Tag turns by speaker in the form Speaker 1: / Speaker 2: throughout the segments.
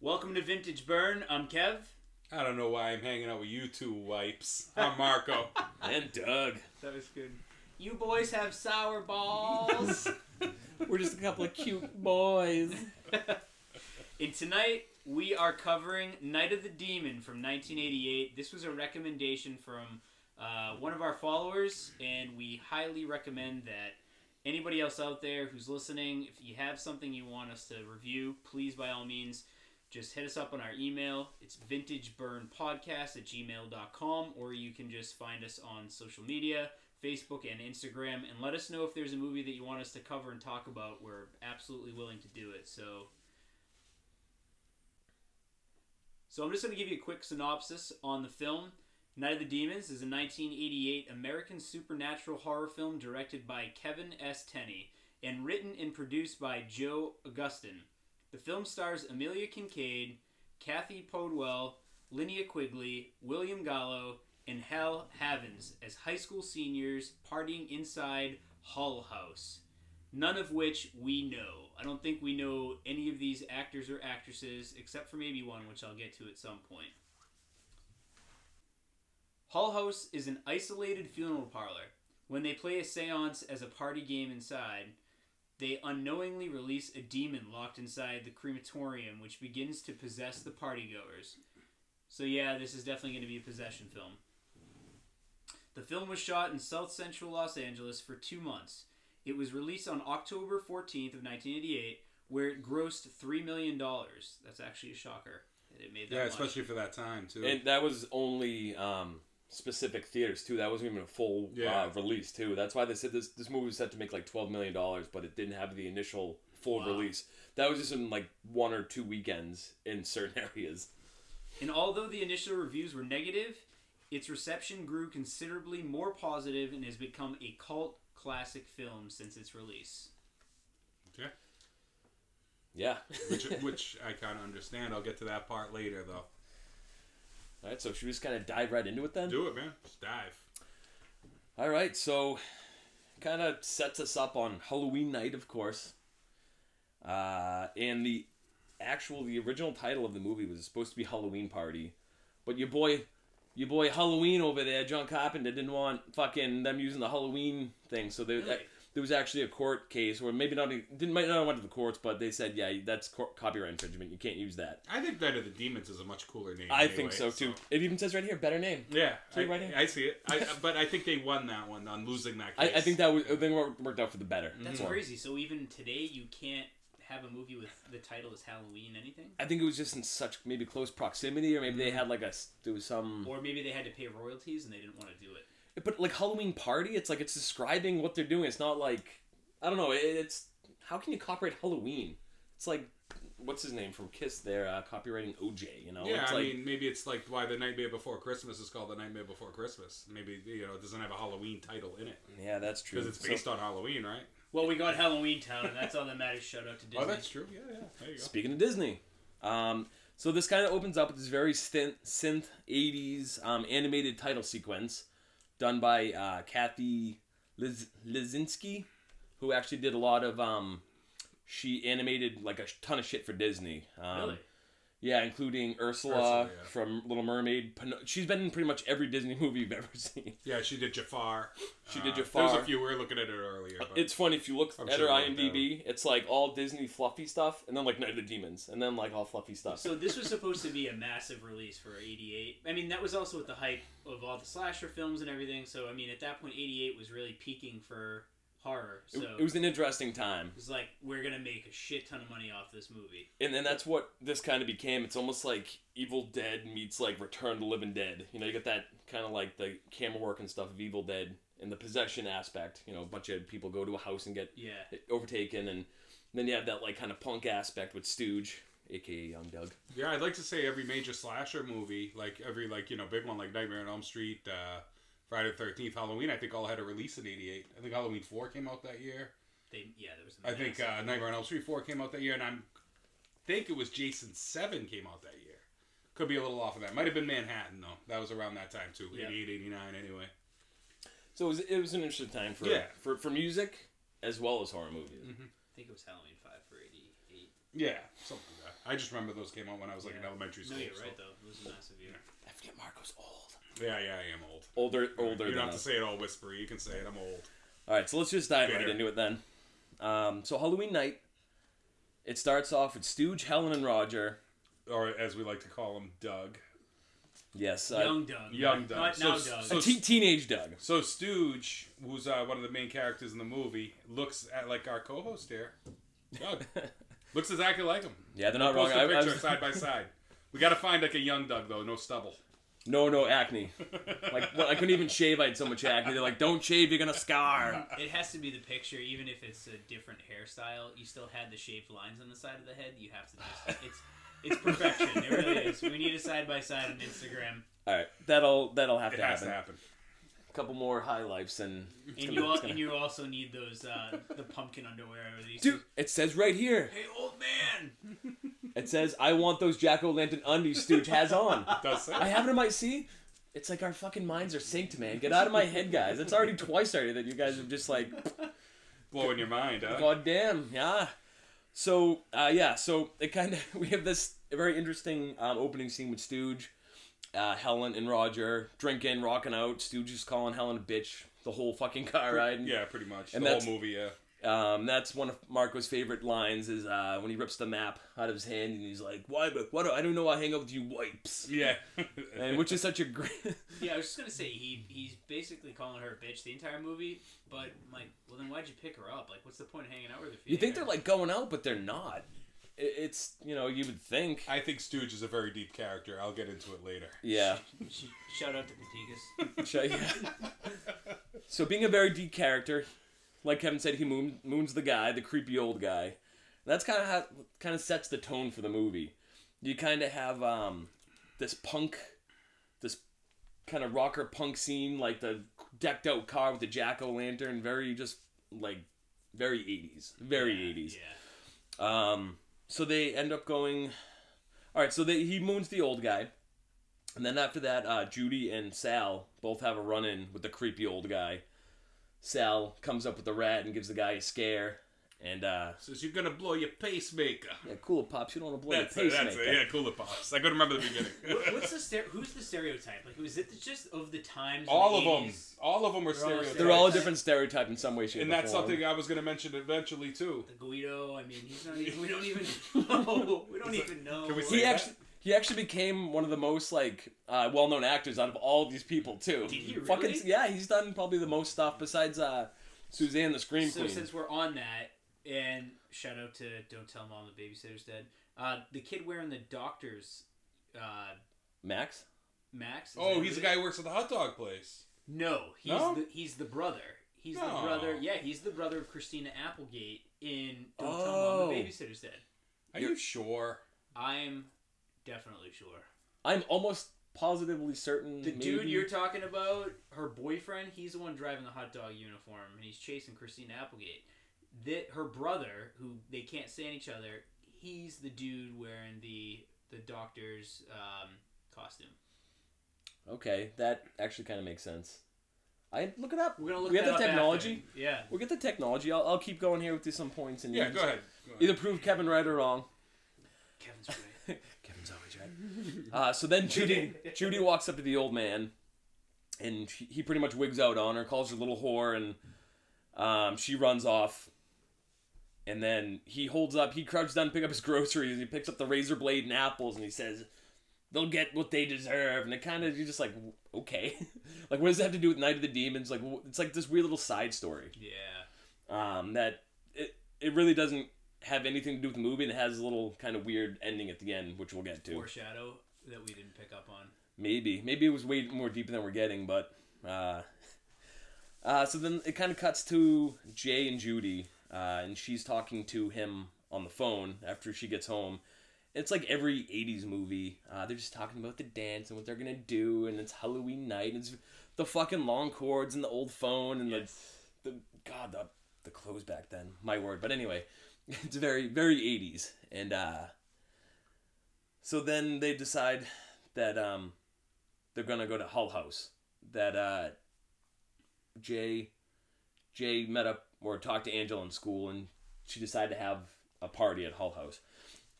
Speaker 1: Welcome to Vintage Burn. I'm Kev.
Speaker 2: I don't know why I'm hanging out with you two wipes. I'm Marco.
Speaker 3: And Doug.
Speaker 4: That was good.
Speaker 1: You boys have sour balls.
Speaker 3: We're just a couple of cute boys.
Speaker 1: and tonight we are covering Night of the Demon from 1988. This was a recommendation from uh, one of our followers, and we highly recommend that anybody else out there who's listening, if you have something you want us to review, please by all means just hit us up on our email. It's vintageburnpodcast at gmail.com, or you can just find us on social media, Facebook and Instagram, and let us know if there's a movie that you want us to cover and talk about. We're absolutely willing to do it. So So I'm just going to give you a quick synopsis on the film. Night of the Demons is a 1988 American supernatural horror film directed by Kevin S. Tenney and written and produced by Joe Augustin. The film stars Amelia Kincaid, Kathy Podwell, Linnea Quigley, William Gallo, and Hal Havens as high school seniors partying inside Hull House. None of which we know. I don't think we know any of these actors or actresses, except for maybe one, which I'll get to at some point. Hull House is an isolated funeral parlor. When they play a seance as a party game inside, they unknowingly release a demon locked inside the crematorium, which begins to possess the partygoers. So, yeah, this is definitely going to be a possession film. The film was shot in South Central Los Angeles for two months. It was released on October 14th of 1988, where it grossed $3 million. That's actually a shocker that it made that
Speaker 2: Yeah,
Speaker 1: much.
Speaker 2: especially for that time too.
Speaker 3: And that was only um, specific theaters too. That wasn't even a full uh,
Speaker 2: Yeah.
Speaker 3: release too. That's why they said this this movie was set to make like twelve million dollars, but it didn't have the initial full
Speaker 1: Wow.
Speaker 3: release. That was just in like one or two weekends in certain areas.
Speaker 1: And although the initial reviews were negative, its reception grew considerably more positive and has become a cult classic film since its release.
Speaker 2: Okay.
Speaker 3: Yeah.
Speaker 2: Which, which I kind of understand. I'll get to that part later though.
Speaker 3: All right. So should we just kind of dive right into it then?
Speaker 2: Do it, man. Just dive.
Speaker 3: All right, so kind of sets us up on Halloween night, of course. Uh, and the actual, the original title of the movie was supposed to be Halloween Party, but your boy, your boy Halloween over there, John Carpenter, didn't want fucking them using the Halloween thing, so they.
Speaker 1: Really?
Speaker 3: there was actually a court case, or maybe not didn't might not have went to the courts, but they said, yeah, that's co- copyright infringement. You can't use that.
Speaker 2: I think Night of the Demons is a much cooler name.
Speaker 3: I think
Speaker 2: anyway,
Speaker 3: so too. It even says right here, better name.
Speaker 2: Yeah,
Speaker 3: See
Speaker 2: I,
Speaker 3: right here.
Speaker 2: I see it. I, but I think they won that one on losing that
Speaker 3: I,
Speaker 2: case.
Speaker 3: I think that was I think it worked out for the better.
Speaker 1: That's
Speaker 3: one.
Speaker 1: crazy. So even today, you can't have a movie with the title as Halloween anything?
Speaker 3: I think it was just in such maybe close proximity, or maybe they
Speaker 2: Mm-hmm.
Speaker 3: had like a s- there was some.
Speaker 1: Or maybe they had to pay royalties and they didn't want to do it.
Speaker 3: But like Halloween party, it's like it's describing what they're doing. It's not like I don't know. It, it's how can you copyright Halloween? It's like what's his name from Kiss? They're uh, copywriting OJ. You know,
Speaker 2: Yeah,
Speaker 3: it's
Speaker 2: I
Speaker 3: like
Speaker 2: mean, maybe it's like why the Nightmare Before Christmas is called the Nightmare Before Christmas. Maybe you know it doesn't have a Halloween title in it
Speaker 3: yeah, that's true.
Speaker 2: because it's
Speaker 3: So,
Speaker 2: based on Halloween, right?
Speaker 1: Well, we got Halloween Town, and that's all that matters. Shout out to Disney.
Speaker 2: Oh, that's true. Yeah, yeah. There you go.
Speaker 3: speaking of Disney, um, so this kind of opens up with this very synth, synth '80s um, animated title sequence done by uh, Kathy Liz- Lizinski, who actually did a lot of. Um, she animated like a sh- ton of shit for Disney. Um,
Speaker 1: really?
Speaker 3: Yeah, including Ursula,
Speaker 2: Ursula, yeah.
Speaker 3: from Little Mermaid. Pin- She's been in pretty much every Disney movie you've ever seen.
Speaker 2: Yeah, she did Jafar.
Speaker 3: She did
Speaker 2: There's
Speaker 3: Jafar.
Speaker 2: a few. We were looking at it
Speaker 1: Uh,
Speaker 2: earlier. But
Speaker 3: It's funny if you look
Speaker 2: I'm
Speaker 3: at
Speaker 2: sure
Speaker 3: her
Speaker 2: we'll look
Speaker 3: IMDb, it's like all Disney fluffy stuff, and then like Night of the Demons, and then like all fluffy stuff.
Speaker 1: So this was supposed to be a massive release for '88. I mean, that was also with the hype of all the slasher films and everything. So I mean, at that point, '88 was really peaking for horror. So
Speaker 3: It- it was an interesting time.
Speaker 1: It's like we're gonna make a shit ton of money off this movie.
Speaker 3: and then that's what this kind of became. It's almost like Evil Dead meets like Return to Living Dead. You know, you get that kind of like the camera work and stuff of Evil Dead and the possession aspect. You know, a bunch of people go to a house and get
Speaker 1: Yeah.
Speaker 3: overtaken, and then you have that like kind of punk aspect with Stooge, aka Young Doug.
Speaker 2: yeah, I'd like to say every major slasher movie, like every like you know big one like Nightmare on Elm Street, uh, Friday the Thirteenth, Halloween. I think all had a release in '88. I think Halloween Four came out that year.
Speaker 1: They yeah, there was. a
Speaker 2: I think
Speaker 1: massive-
Speaker 2: uh, Nightmare on Elm Street Four came out that year, and I'm think it was Jason Seven came out that year Could be a little off of that. Might have been Manhattan though. That was around that time too.
Speaker 1: Yeah.
Speaker 2: 88, 89 anyway.
Speaker 3: So it was, it was an interesting time for,
Speaker 2: Yeah.
Speaker 3: for for music as well as horror movies.
Speaker 1: I think it was Halloween 5 for 88.
Speaker 2: Yeah, something like that. I just remember those came out when I was like in
Speaker 1: Yeah.
Speaker 2: elementary
Speaker 1: No,
Speaker 2: school.
Speaker 1: you're
Speaker 2: so-
Speaker 1: right, though. It was a massive year.
Speaker 3: I forget Marco's old.
Speaker 2: Yeah, yeah, I am old.
Speaker 3: Older older
Speaker 2: you
Speaker 3: than
Speaker 2: don't have to
Speaker 3: us.
Speaker 2: say it all whispery. You can say it. I'm old.
Speaker 3: All right, so let's just dive right
Speaker 2: Bitter.
Speaker 3: into it then. Um, so Halloween night, it starts off with Stooge, Helen, and Roger.
Speaker 2: Or as we like to call him, Doug.
Speaker 3: Yes, uh,
Speaker 1: young Doug.
Speaker 2: Young Doug.
Speaker 1: Not
Speaker 2: So-
Speaker 1: now Doug.
Speaker 2: so-
Speaker 3: te- teenage Doug.
Speaker 2: So Stooge, who's uh, one of the main characters in the movie, looks at like our co-host here, Doug. looks exactly like him.
Speaker 3: Yeah, they're not wrong.
Speaker 2: Post
Speaker 3: I,
Speaker 2: a
Speaker 3: I
Speaker 2: picture
Speaker 3: was-
Speaker 2: side by side. We got to find like a young Doug though, no stubble.
Speaker 3: no, no acne. Like well, I couldn't even shave. I had so much acne. They're like, "Don't shave, you're gonna scar."
Speaker 1: it has to be the picture, even if it's a different hairstyle. You still had the shaped lines on the side of the head. You have to just. It's, it's perfection. It really is. We need a side by side on Instagram.
Speaker 3: All right, that'll that'll have
Speaker 2: It
Speaker 3: to
Speaker 2: has
Speaker 3: happen.
Speaker 2: to happen.
Speaker 3: A couple more high lifes and. it's
Speaker 1: And
Speaker 3: gonna-
Speaker 1: you, all,
Speaker 3: it's gonna-
Speaker 1: and you also need those uh, the pumpkin underwear. Or these
Speaker 3: Dude, it says right here.
Speaker 1: Hey, old man!
Speaker 3: It says, "I want those jack o' lantern undies Stooge has on."
Speaker 2: Does say.
Speaker 3: I have it in my see. It's like our fucking minds are synced, man. Get out of my head, guys. It's already twice already that you guys are just like,
Speaker 2: blowing your mind, huh?
Speaker 3: God damn, yeah. So uh, yeah, so it kind of we have this very interesting um, opening scene with Stooge, uh, Helen, and Roger drinking, rocking out. Stooge is calling Helen a bitch the whole fucking car ride.
Speaker 2: Yeah, pretty much.
Speaker 3: And
Speaker 2: the whole
Speaker 3: that's-
Speaker 2: movie, yeah.
Speaker 3: Um, that's one of Marco's favorite lines is uh, when he rips the map out of his hand and he's like, "Why? But what? I don't know. I hang out with you wipes."
Speaker 2: Yeah.
Speaker 3: And which is such a great.
Speaker 1: Yeah, I was just gonna say he he's basically calling her a bitch the entire movie, but I'm like, well then why'd you pick her up? Like, what's the point of hanging out with her? if
Speaker 3: You think
Speaker 1: hate her?
Speaker 3: they're like going out, but they're not. I- It's you know you would think.
Speaker 2: I think Stooge is a very deep character. I'll get into it later.
Speaker 3: Yeah.
Speaker 1: Sh- Shout out to Patikas.
Speaker 3: Sh- so being a very deep character, like Kevin said, he moon, moons the guy, the creepy old guy. That's kind of how kind of sets the tone for the movie. You kind of have um, this punk, this kind of rocker punk scene, like the decked out car with the jack o' lantern, very just like very eighties, very eighties.
Speaker 1: Yeah.
Speaker 3: Um, so they end up going. All right, so they, he moons the old guy, and then after that, uh, Judy and Sal both have a run-in with the creepy old guy. Sal comes up with the rat and gives the guy a scare, and uh,
Speaker 2: Says you're gonna blow your pacemaker.
Speaker 3: yeah, cool it, pops. You don't want to blow
Speaker 2: That's
Speaker 3: your
Speaker 2: it,
Speaker 3: pacemaker.
Speaker 2: that's it. Yeah, cool it pops. I couldn't remember the
Speaker 1: What-
Speaker 2: beginning.
Speaker 1: What's the stere- who's the stereotype? Like, was it the- just of the times? in
Speaker 2: all
Speaker 1: the
Speaker 2: of them.
Speaker 1: 80s?
Speaker 2: All of them are
Speaker 1: They're all
Speaker 2: stereotypes.
Speaker 3: They're all a different stereotype in some way, shape,
Speaker 2: And
Speaker 3: or
Speaker 2: that's
Speaker 3: form.
Speaker 2: something I was gonna mention eventually too.
Speaker 1: The Guido. I mean, he's not. Even, we don't even know. We don't even know.
Speaker 2: Can we see
Speaker 3: He
Speaker 2: that?
Speaker 3: actually. He actually became one of the most like uh, well-known actors out of all these people too.
Speaker 1: Did he
Speaker 3: Fucking
Speaker 1: really?
Speaker 3: yeah, he's done probably the most stuff besides uh, Suzanne the Scream
Speaker 1: So
Speaker 3: Queen.
Speaker 1: since we're on that, and shout out to Don't Tell Mom the Babysitter's Dead. Uh, the kid wearing the doctor's uh,
Speaker 3: Max.
Speaker 1: Max. is
Speaker 2: Oh,
Speaker 1: that
Speaker 2: he's
Speaker 1: who
Speaker 2: the
Speaker 1: it
Speaker 2: guy
Speaker 1: is?
Speaker 2: who works at the hot dog place.
Speaker 1: No, he's
Speaker 2: No?
Speaker 1: the he's the brother. He's
Speaker 2: No.
Speaker 1: the brother. Yeah, he's the brother of Christina Applegate in Don't Tell
Speaker 3: Oh.
Speaker 1: Mom the Babysitter's Dead.
Speaker 2: Are
Speaker 3: You're-
Speaker 2: you sure?
Speaker 1: I'm definitely sure.
Speaker 3: I'm almost positively certain.
Speaker 1: The
Speaker 3: maybe-
Speaker 1: dude you're talking about, her boyfriend, he's the one driving the hot dog uniform, and he's chasing Christina Applegate. That her brother, who they can't stand each other, he's the dude wearing the the doctor's um, costume.
Speaker 3: Okay, that actually kind of makes sense. I look it up.
Speaker 1: We're gonna look.
Speaker 3: We have
Speaker 1: that
Speaker 3: the
Speaker 1: up after.
Speaker 3: technology?
Speaker 1: Yeah.
Speaker 3: We'll get the technology. I'll, I'll keep going here with these some points and
Speaker 2: Yeah,
Speaker 3: you
Speaker 2: go
Speaker 3: just-
Speaker 2: ahead. Go ahead.
Speaker 3: Either prove Kevin right or wrong.
Speaker 1: Kevin's right.
Speaker 3: Kevin's always right. Uh, so then Judy Judy walks up to the old man, and she, he pretty much wigs out on her, calls her little whore, and um, she runs off. And then he holds up, he crouches down to pick up his groceries, and he picks up the razor blade and apples, and he says, "They'll get what they deserve." And it kind of you're just like, okay, like what does that have to do with Night of the Demons? Like wh- it's like this weird little side story
Speaker 1: yeah.
Speaker 3: um, that it it really doesn't have anything to do with the movie, and it has a little kind of weird ending at the end, which we'll get to.
Speaker 1: Foreshadow that we didn't pick up on.
Speaker 3: Maybe. Maybe it was way more deep than we're getting, but uh, uh, so then it kind of cuts to Jay and Judy, uh, and she's talking to him on the phone after she gets home. It's like every '80s movie. Uh, they're just talking about the dance and what they're gonna do, and it's Halloween night. And it's the fucking long cords and the old phone and the, the God the the clothes back then. My word. But anyway, it's very very '80s. And uh, so then they decide that um, they're gonna go to Hull House. That uh, Jay Jay met up or talked to Angela in school, and she decided to have a party at Hull House.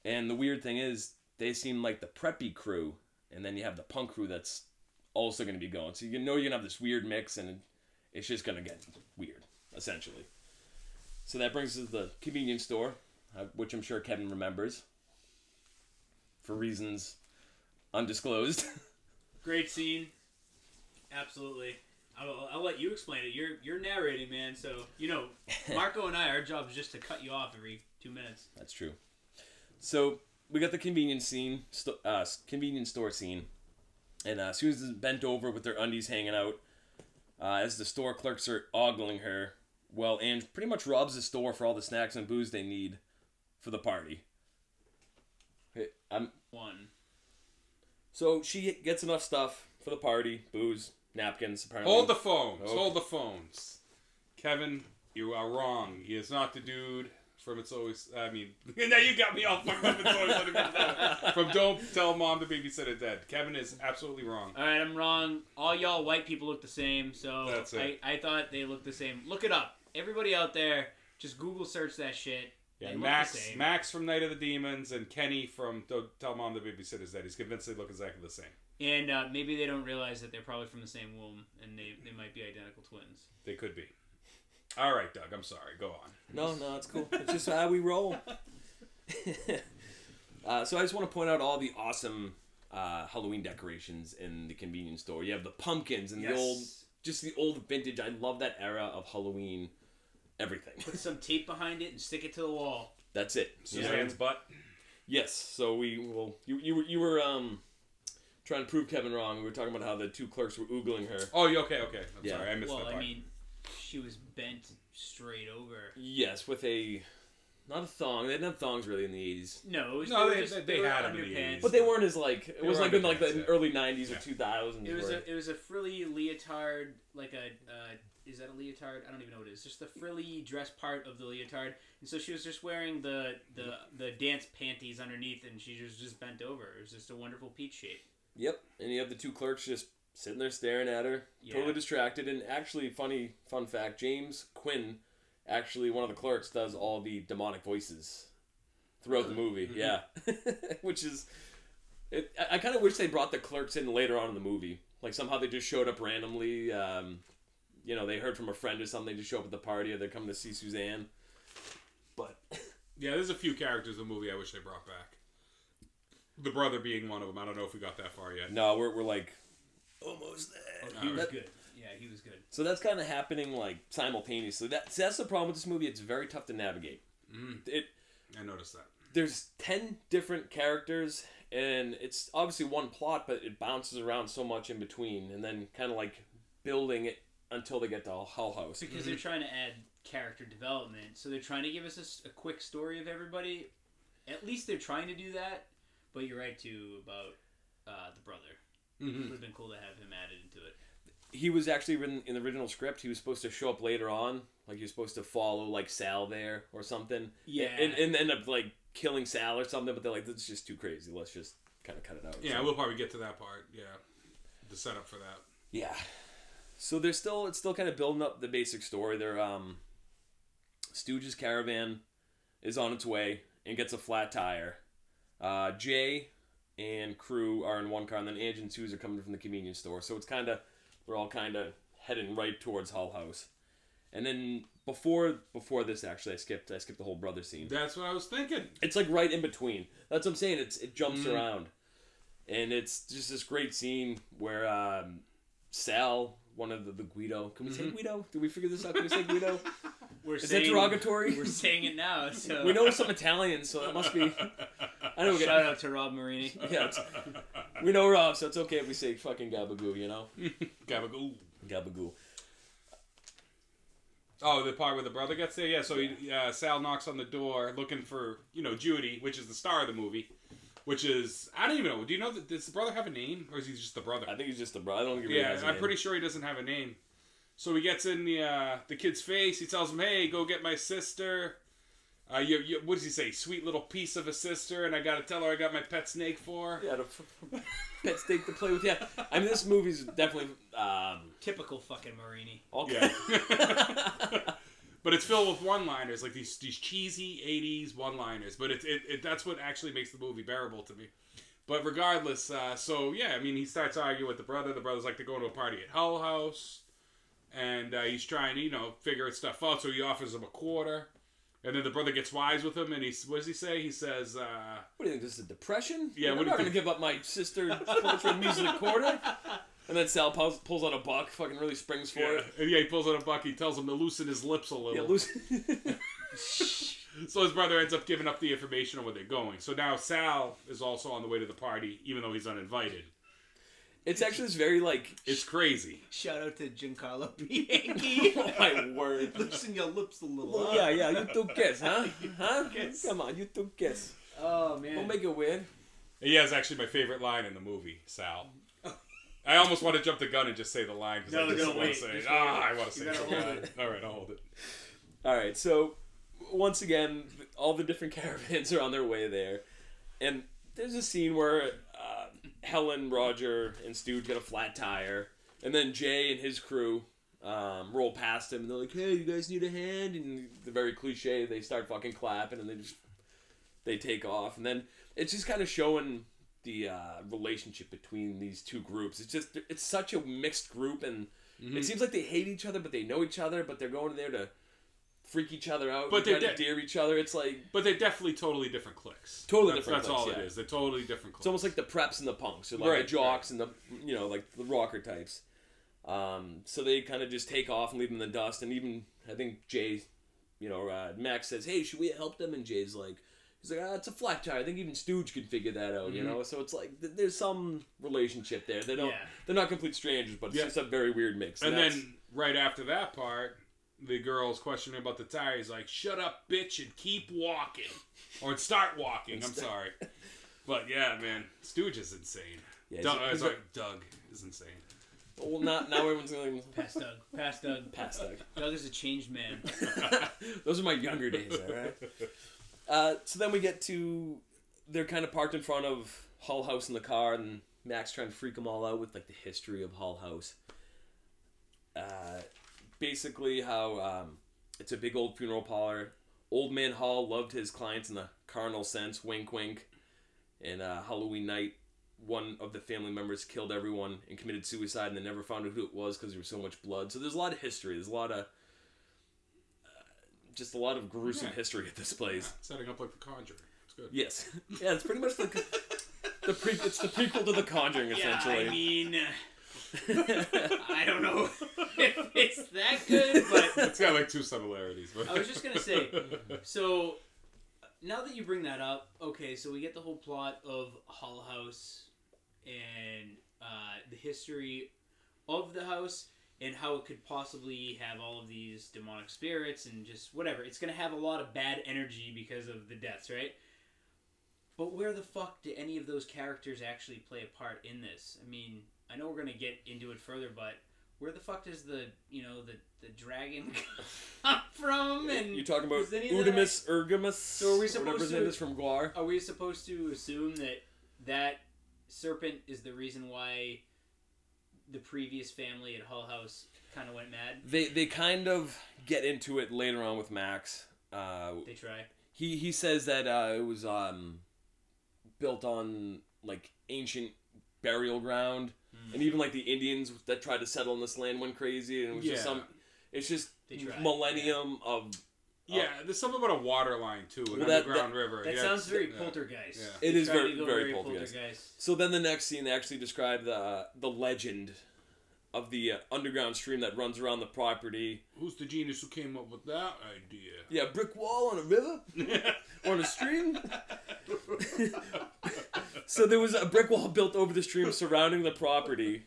Speaker 3: And the weird thing is, they seem like the preppy crew, and then you have the punk crew that's also going to be going. So you know you're going to have this weird mix, and it's just going to get weird, essentially. So that brings us to the convenience store, uh, which I'm sure Kevin remembers for reasons undisclosed.
Speaker 1: Great scene. Absolutely. I'll, I'll let you explain it. You're you're narrating, man. So you know, Marco and I, our job is just to cut you off every two minutes.
Speaker 3: That's true. So we got the convenience scene, sto- uh, convenience store scene, and uh, Susan's bent over with her undies hanging out uh, as the store clerks are ogling her. Well, Ange pretty much robs the store for all the snacks and booze they need for the party. Hey, I'm
Speaker 1: One.
Speaker 3: so she gets enough stuff for the party, booze, napkins. Apparently,
Speaker 2: Hold the phones.
Speaker 3: Okay.
Speaker 2: Hold the phones. Kevin, you are wrong. He is not the dude from It's Always. I mean, now you got me all fucked up. It's always Sunny in Philadelphia. from Don't Tell Mom the Babysitter Dead. Kevin is absolutely wrong.
Speaker 1: All right, I'm wrong. All y'all white people look the same, so
Speaker 2: That's it.
Speaker 1: I I thought they looked the same. Look it up. Everybody out there, just Google search that shit.
Speaker 2: Yeah,
Speaker 1: They look the
Speaker 2: Max,
Speaker 1: same.
Speaker 2: Max from Night of the Demons, and Kenny from Don't Tell Mom the Babysitter's Dead. He's convinced they look exactly the same.
Speaker 1: And uh, maybe they don't realize that they're probably from the same womb, and they, they might be identical twins.
Speaker 2: They could be. All right, Doug. I'm sorry. Go on.
Speaker 3: No, no, it's cool. It's just how we roll. uh, so I just want to point out all the awesome uh, Halloween decorations in the convenience store. You have the pumpkins and the old, just the old vintage. I love that era of Halloween. Everything.
Speaker 1: Put some tape behind it and stick it to the wall.
Speaker 3: That's it.
Speaker 2: Suzanne's butt.
Speaker 3: Yes. So we will. You you were you were um trying to prove Kevin wrong. We were talking about how the two clerks were oogling her.
Speaker 2: Oh, you okay? Okay. I'm
Speaker 3: Yeah.
Speaker 2: sorry. I missed
Speaker 1: well,
Speaker 2: that part.
Speaker 1: I mean, she was bent straight over.
Speaker 3: Yes, with a not a thong. They didn't have thongs really in the eighties.
Speaker 1: No, it was,
Speaker 2: No,
Speaker 1: they, were
Speaker 2: they-
Speaker 1: just-
Speaker 2: they-
Speaker 1: they,
Speaker 2: they
Speaker 1: were
Speaker 2: had 'em in the
Speaker 1: underpants.
Speaker 2: 80s.
Speaker 3: But they weren't as like it
Speaker 2: They
Speaker 3: was
Speaker 2: were
Speaker 3: like in like
Speaker 2: underpants,
Speaker 3: the
Speaker 2: yeah.
Speaker 3: early nineties
Speaker 2: Yeah.
Speaker 3: or two thousands.
Speaker 1: It was a it was a frilly leotard, like a uh, is that a leotard? I don't even know what it is. Just the frilly dress part of the leotard, and so she was just wearing the the the dance panties underneath, and she was just bent over. It was just a wonderful peach shape.
Speaker 3: Yep, and you have the two clerks just sitting there staring at her,
Speaker 1: Yeah.
Speaker 3: totally distracted. And actually, funny fun fact: James Quinn, actually one of the clerks, does all the demonic voices throughout the movie. Yeah, which is, it, I, I kind of wish they brought the clerks in later on in the movie. Like somehow they just showed up randomly. Um, you know, they heard from a friend or something. They just show up at the party, or they're coming to see Suzanne. But
Speaker 2: Yeah, there's a few characters in the movie I wish they brought back. The brother being one of them. I don't know if we got that far yet.
Speaker 3: no, we're we're like almost there.
Speaker 1: Oh, He was
Speaker 3: That-
Speaker 1: good. Yeah, he was good.
Speaker 3: So that's kind of happening like simultaneously. That's that's the problem with this movie. It's very tough to navigate.
Speaker 2: Mm,
Speaker 3: It
Speaker 2: I noticed that.
Speaker 3: there's ten different characters, and it's obviously one plot, but it bounces around so much in between, and then kind of like building it until they get to Hull House.
Speaker 1: because they're trying to add character development. So they're trying to give us a s- a, quick story of everybody. At least they're trying to do that. But you're right too about uh, the brother. It
Speaker 3: Mm-hmm.
Speaker 1: would
Speaker 2: Mhm.
Speaker 1: have been cool to have him added into it.
Speaker 3: He was actually written in the original script. He was supposed to show up later on, like he was supposed to follow like Sal there or something.
Speaker 1: Yeah.
Speaker 3: and, and end up like killing Sal or something. But they're like, that's just too crazy. Let's just kind of cut it out.
Speaker 2: Yeah,
Speaker 3: So-
Speaker 2: we'll probably get to that part. Yeah, the setup for that.
Speaker 3: Yeah. So they're still it's still kind of building up the basic story. Their um Stooge's caravan is on its way and gets a flat tire. Uh, Jay and crew are in one car, and then Ange and Suze are coming from the convenience store. So it's kind of we're all kind of heading right towards Hull House. And then before before this, actually, I skipped I skipped the whole brother scene.
Speaker 2: That's what I was thinking.
Speaker 3: It's like right in between. That's what I'm saying. It's it jumps
Speaker 2: Mhm.
Speaker 3: around, and it's just this great scene where um, Sal, one of the, the Guido, can we say
Speaker 2: Mhm.
Speaker 3: Guido? Did we figure this out? Can we say Guido?
Speaker 1: We're
Speaker 3: Is that
Speaker 1: saying,
Speaker 3: derogatory?
Speaker 1: We're saying it now. So
Speaker 3: we know some Italian, so that must be. I don't
Speaker 1: Shout
Speaker 3: get.
Speaker 1: out to Rob Marini.
Speaker 3: Yeah, it's, we know Rob, so it's okay if we say fucking gabagoo, you know,
Speaker 2: Gabagool.
Speaker 3: gabagoo.
Speaker 2: Oh, the part where the brother gets there. Yeah, so he, uh, Sal knocks on the door looking for you know Judy, which is the star of the movie. Which is I don't even know. Do you know that does the brother have a name or is he just the brother?
Speaker 3: I think he's just a bro. I don't think he really
Speaker 2: Yeah,
Speaker 3: has a
Speaker 2: I'm
Speaker 3: name.
Speaker 2: pretty sure he doesn't have a name. So he gets in the uh, the kid's face. He tells him, "Hey, go get my sister." Uh, you, you, what does he say? Sweet little piece of a sister, and I gotta tell her I got my pet snake for.
Speaker 3: Yeah, the pet steak to play with. Yeah, I mean this movie's definitely um,
Speaker 1: Typical fucking Marini.
Speaker 3: all
Speaker 2: Yeah.
Speaker 3: kind-
Speaker 2: But it's filled with one-liners, like these these cheesy '80s one-liners. But it, it, it that's what actually makes the movie bearable to me. But regardless, uh, so yeah, I mean, he starts arguing with the brother. The brother's like they're going to a party at Hull House, and uh, he's trying to you know figure stuff out. So he offers him a quarter, and then the brother gets wise with him, and he what does he say? He says, uh,
Speaker 3: What do you think? This is a depression?
Speaker 2: Yeah,
Speaker 3: I'm
Speaker 2: what do you
Speaker 3: not going to
Speaker 2: think?
Speaker 3: give up my sister for a measly quarter. And then Sal pulls, pulls out a buck, fucking really springs for
Speaker 2: yeah.
Speaker 3: it.
Speaker 2: And, yeah, he pulls out a buck. He tells him to loosen his lips a little.
Speaker 3: Yeah, lose.
Speaker 2: So his brother ends up giving up the information on where they're going. So now Sal is also on the way to the party, even though he's uninvited.
Speaker 3: it's actually this very like.
Speaker 2: It's crazy.
Speaker 1: Shout out to Giancarlo Bianchi.
Speaker 3: Oh my word.
Speaker 1: Loosen your lips a little. huh?
Speaker 3: yeah, yeah, you two kiss, huh? Huh?
Speaker 1: kiss.
Speaker 3: Come on, you two kiss.
Speaker 1: Oh man.
Speaker 3: Don't make it weird.
Speaker 2: And yeah, it's actually my favorite line in the movie, Sal. I almost want to jump the gun and just say the line because
Speaker 1: No,
Speaker 2: I
Speaker 1: they're
Speaker 2: just
Speaker 1: gonna
Speaker 2: want
Speaker 1: wait.
Speaker 2: to say
Speaker 1: Just
Speaker 2: it.
Speaker 1: wait.
Speaker 2: Ah, I want to
Speaker 1: You
Speaker 2: say it.
Speaker 1: gotta
Speaker 2: so
Speaker 1: hold
Speaker 2: bad. All right, I'll hold it.
Speaker 3: All right, so once again, all the different caravans are on their way there, and there's a scene where uh, Helen, Roger, and Stu get a flat tire, and then Jay and his crew um, roll past him, and they're like, "Hey, you guys need a hand?" And the very cliche, they start fucking clapping, and they just they take off, and then it's just kind of showing the uh, relationship between these two groups. It's just it's such a mixed group, and it seems like they hate each other, but they know each other, but they're going there to freak each other out,
Speaker 2: But
Speaker 3: but try
Speaker 2: they're
Speaker 3: to
Speaker 2: de-
Speaker 3: dear each other. It's like
Speaker 2: But they're definitely totally different clicks.
Speaker 3: Totally
Speaker 2: that's,
Speaker 3: different
Speaker 2: That's
Speaker 3: cliques,
Speaker 2: all
Speaker 3: yeah.
Speaker 2: it is. They're totally different clicks.
Speaker 3: it's almost like the preps and the punks, or like
Speaker 2: Right,
Speaker 3: the jocks and the you know like the rocker types. Um, so they kind of just take off and leave them in the dust. And even I think Jay, you know, uh, Max says, "Hey, should we help them?" And Jay's like, "He's like, ah, it's a flat tire. I think even Stooge could figure that out."
Speaker 2: Mm-hmm.
Speaker 3: You know, so it's like th- there's some relationship there. They don't,
Speaker 1: Yeah.
Speaker 3: they're not complete strangers, but it's
Speaker 2: Yeah.
Speaker 3: just a very weird mix.
Speaker 2: and
Speaker 3: that's-
Speaker 2: then right after that part, the girl's questioning about the tire. He's like, "Shut up, bitch, and keep walking, or start walking." I'm sorry. But yeah, man, Stooge is insane.
Speaker 3: Yeah,
Speaker 2: Doug,
Speaker 3: he's-
Speaker 2: uh, sorry, Doug is insane.
Speaker 3: well, not now everyone's going
Speaker 1: Pass Doug. Pass Doug.
Speaker 3: past that.
Speaker 1: Doug is a changed man.
Speaker 3: Those are my younger days, all right? Uh, so then we get to. They're kind of parked in front of Hull House in the car, and Max trying to freak them all out with like the history of Hull House. Uh, basically, how um, it's a big old funeral parlor. Old Man Hall loved his clients in the carnal sense, wink, wink. And uh, Halloween night, one of the family members killed everyone and committed suicide, and they never found out who it was because there was so much blood. So there's a lot of history. There's a lot of uh, just a lot of gruesome
Speaker 2: Yeah.
Speaker 3: history at this place.
Speaker 2: Setting up like the Conjurer. It's good.
Speaker 3: Yes, yeah, it's pretty much the the pre it's the prequel to The Conjuring
Speaker 1: yeah,
Speaker 3: essentially.
Speaker 1: I mean, I don't know if it's that good, but
Speaker 2: It's got like two similarities. But
Speaker 1: I was just gonna say, so now that you bring that up, okay, so we get the whole plot of Hull House and uh, the history of the house and how it could possibly have all of these demonic spirits and just whatever. It's gonna have a lot of bad energy because of the deaths, right? But where the fuck do any of those characters actually play a part in this? I mean, I know we're gonna get into it further, but where the fuck does the you know the the dragon come from? And
Speaker 3: You're talking about
Speaker 1: does any of that
Speaker 3: Udamus Ergamus, so
Speaker 1: are we
Speaker 3: whatever his
Speaker 1: supposed
Speaker 3: name
Speaker 1: to- Oh.
Speaker 3: is from Guar.
Speaker 1: Are we supposed to assume that that serpent is the reason why the previous family at Hull House kind of went mad?
Speaker 3: They they kind of get into it later on with Max. Uh,
Speaker 1: They try.
Speaker 3: he he says that uh, it was um, built on like ancient burial ground, and even like the Indians that tried to settle in this land went crazy, and it was just
Speaker 2: Yeah.
Speaker 3: some. It's just
Speaker 1: They tried,
Speaker 3: millennium of
Speaker 2: yeah, there's something about a water line too, an
Speaker 3: Well, that-
Speaker 2: underground river.
Speaker 1: That
Speaker 2: yeah, uh,
Speaker 1: sounds very
Speaker 2: yeah.
Speaker 1: poltergeist.
Speaker 2: Yeah.
Speaker 1: They
Speaker 3: It is
Speaker 1: tried to
Speaker 3: very-
Speaker 1: go
Speaker 3: very poltergeist. So then the next scene, they actually describe the the legend of the uh, underground stream that runs around the property.
Speaker 2: Who's the genius who came up with that idea?
Speaker 3: Yeah, brick wall on a river, on a stream. so there was a brick wall built over the stream surrounding the property.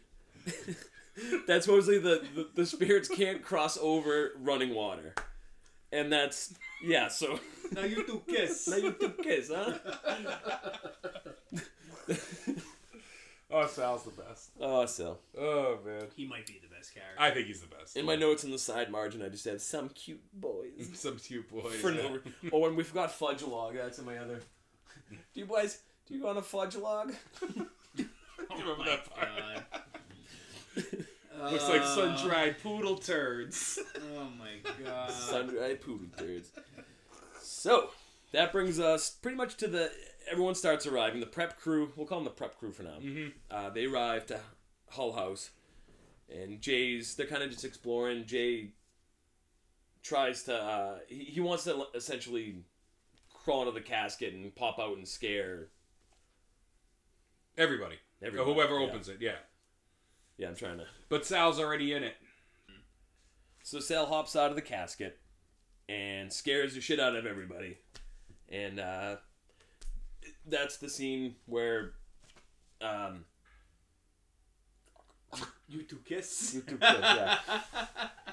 Speaker 3: that's mostly the, the the spirits can't cross over running water, and that's yeah. So
Speaker 1: Now you two kiss.
Speaker 3: now you took kiss, huh?
Speaker 2: Oh, Sal's the best.
Speaker 3: Oh, so.
Speaker 2: Oh man,
Speaker 1: He might be the best character.
Speaker 2: I think he's the best.
Speaker 3: In my notes in the side margin, I just have some cute boys.
Speaker 2: some cute boys.
Speaker 3: For no. Oh, and we've got fudge log. That's in my other. Do you boys? Do you want a fudge log?
Speaker 1: Oh
Speaker 2: Remember
Speaker 1: my
Speaker 2: that part?
Speaker 1: God.
Speaker 2: Looks like
Speaker 1: Uh,
Speaker 2: sun dried poodle turds.
Speaker 1: Oh my god.
Speaker 3: Sundry poopy turds. So that brings us pretty much to the. Everyone starts arriving. The prep crew. We'll call them the prep crew for now.
Speaker 2: Mhm.
Speaker 3: Uh, they arrive to Hull House, and Jay's. They're kind of just exploring. Jay tries to. Uh, he, he wants to essentially crawl into the casket and pop out and scare
Speaker 2: Everybody.
Speaker 3: everyone.
Speaker 2: Oh, Whoever
Speaker 3: Yeah.
Speaker 2: opens it, yeah.
Speaker 3: Yeah, I'm trying to.
Speaker 2: But Sal's already in it.
Speaker 3: So Sal hops out of the casket and scares the shit out of everybody. And uh, that's the scene where um,
Speaker 1: You two kiss.
Speaker 3: You two kiss, yeah.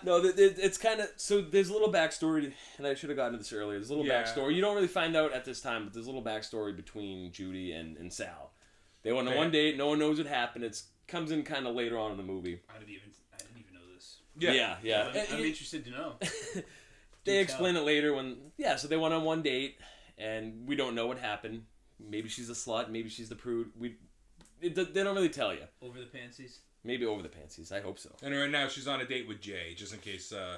Speaker 3: no, th- th- it's kind of so. There's a little backstory, and I should have gotten to this earlier. There's a little
Speaker 2: Yeah.
Speaker 3: backstory. You don't really find out at this time, but there's a little backstory between Judy and, and Sal. They went on
Speaker 2: Yeah.
Speaker 3: one date. No one knows what happened. It's comes in kind of later on in the movie.
Speaker 1: I didn't even. I didn't even know this.
Speaker 2: Yeah.
Speaker 3: yeah. yeah.
Speaker 1: I'm, I'm
Speaker 3: It- it-
Speaker 1: interested to know.
Speaker 3: they
Speaker 1: Do
Speaker 3: explain it later when yeah so they went on one date and we don't know what happened maybe she's a slut maybe she's the prude we it, they don't really tell you
Speaker 1: Over the pansies.
Speaker 3: maybe over the pansies i hope so
Speaker 2: And right now she's on a date with Jay, just in case uh,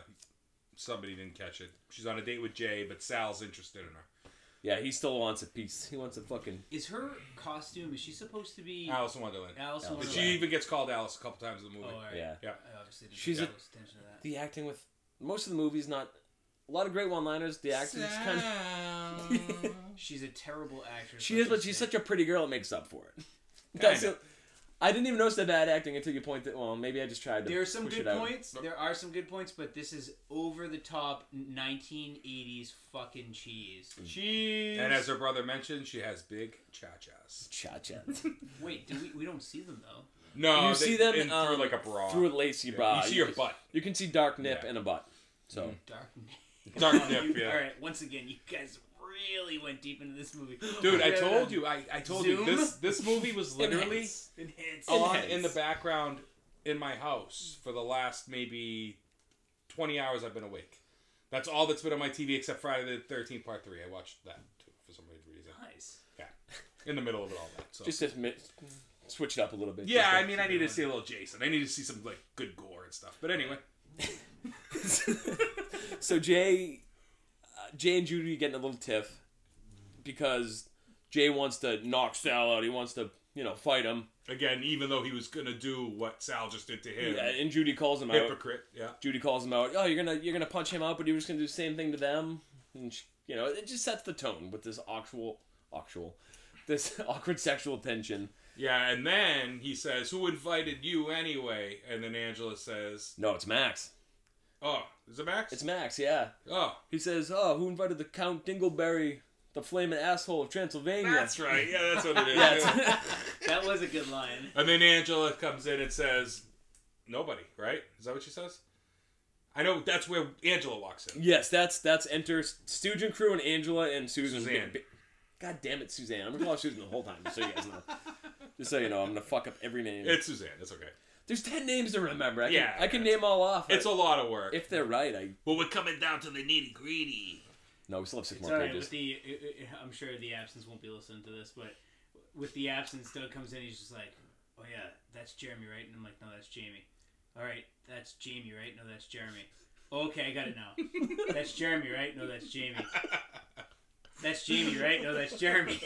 Speaker 2: somebody didn't catch it. She's on a date with Jay, but Sal's interested in her.
Speaker 3: yeah he still wants a piece he wants a fucking
Speaker 1: Is her costume? Is she supposed to be
Speaker 2: Alice in Wonderland.
Speaker 1: Alice? in
Speaker 3: Alice.
Speaker 2: But
Speaker 1: Wonderland?
Speaker 2: she even gets called Alice a couple times in the
Speaker 1: Oh,
Speaker 2: movie.
Speaker 1: all right.
Speaker 3: yeah
Speaker 2: Yeah.
Speaker 1: I obviously didn't She's
Speaker 3: She's a-
Speaker 1: pay close attention to that.
Speaker 3: the acting with most of the movies not a lot of great one-liners the acting is kind of
Speaker 2: of.
Speaker 1: She's a terrible actress.
Speaker 3: she
Speaker 1: let's
Speaker 3: is but
Speaker 1: just
Speaker 3: she's
Speaker 1: say.
Speaker 3: such a pretty girl it makes up for it That's
Speaker 2: Kinda.
Speaker 3: it. i didn't even notice the bad acting until you pointed well maybe i just tried to
Speaker 1: There are some
Speaker 3: push
Speaker 1: good
Speaker 3: it out.
Speaker 1: points. There are some good points, but this is over the top 1980s fucking cheese.
Speaker 3: Mm.
Speaker 1: Cheese.
Speaker 2: and as her brother mentioned, she has big cha chas.
Speaker 3: cha-cha
Speaker 1: Wait, do we? We don't see them though.
Speaker 2: No,
Speaker 3: you
Speaker 2: Oh, they-
Speaker 3: see them
Speaker 2: in,
Speaker 3: um,
Speaker 2: through like a bra.
Speaker 3: through a lacy
Speaker 2: Yeah,
Speaker 3: bra
Speaker 2: You see her
Speaker 3: can-
Speaker 2: butt.
Speaker 3: You can see dark nip
Speaker 2: Yeah. Mm-hmm.
Speaker 3: and a butt. So
Speaker 1: Dark. Knight.
Speaker 2: Dark
Speaker 1: Oh,
Speaker 2: Knight,
Speaker 1: you-
Speaker 2: yeah.
Speaker 1: All right. Once again, you guys really went deep into this movie,
Speaker 2: Dude, I
Speaker 1: Yeah.
Speaker 2: told you. I, I told you
Speaker 1: Zoom?
Speaker 2: this this movie was literally
Speaker 3: Enhance.
Speaker 1: Enhanced.
Speaker 2: on
Speaker 3: Enhance.
Speaker 2: in the background in my house for the last maybe twenty hours. I've been awake. That's all that's been on my TV except Friday the Thirteenth Part Three. I watched that too for some weird reason.
Speaker 1: Nice.
Speaker 2: Yeah, in the middle of it all. That so.
Speaker 3: just to mi- switch it up a little bit.
Speaker 2: yeah, I
Speaker 3: just
Speaker 2: mean, I need to see a little Jason. I need to see some like good gore and stuff. But anyway,
Speaker 3: to- so Jay, uh, Jay and Judy get in a little tiff because Jay wants to knock Sal out. He wants to you know fight him,
Speaker 2: again, even though he was gonna do what Sal just did to him,
Speaker 3: Yeah, and Judy calls him out.
Speaker 2: hypocrite. Yeah,
Speaker 3: Judy calls him out. Oh, you're gonna you're gonna punch him out, but you're just gonna do the same thing to them. And she, you know, it just sets the tone with this actual, actual, this awkward sexual tension.
Speaker 2: yeah. And then he says, "Who invited you anyway?" And then Angela says,
Speaker 3: No, it's Max.
Speaker 2: "Oh, is it Max?
Speaker 3: It's Max. Yeah.
Speaker 2: oh,
Speaker 3: He says, "Oh, who invited the Count Dingleberry, the flaming asshole of Transylvania?"
Speaker 2: that's right. Yeah, that's what it is."
Speaker 3: Yeah, it's-
Speaker 1: That was a good line.
Speaker 2: And then Angela comes in and says, "Nobody, right? Is that what she says?" I know that's where Angela walks in.
Speaker 3: yes, that's that's enter Stooge and crew and Angela and Susan.
Speaker 2: Suzanne.
Speaker 3: God damn it, Suzanne! I'm gonna call her Susan the whole time, just so you guys know. Just so you know, I'm gonna fuck up every name.
Speaker 2: It's Suzanne. It's okay.
Speaker 3: There's ten names to remember. I can,
Speaker 2: Yeah,
Speaker 3: I can
Speaker 2: yeah.
Speaker 3: name all off.
Speaker 2: It's a lot of work.
Speaker 3: if they're right. I
Speaker 2: but we're coming down to the nitty gritty.
Speaker 3: no, we still have six
Speaker 1: It's all
Speaker 3: more
Speaker 1: right.
Speaker 3: pages.
Speaker 1: With the, I- I- I'm sure the absence won't be listening to this, but with the absence, Doug comes in. He's just like, "Oh yeah, that's Jeremy, right?" And I'm like, "No, that's Jamie." All right, that's Jamie, right? No, that's Jeremy. Okay, I got it now. That's Jeremy, right? No, that's Jamie. That's Jamie, right? No, that's Jeremy.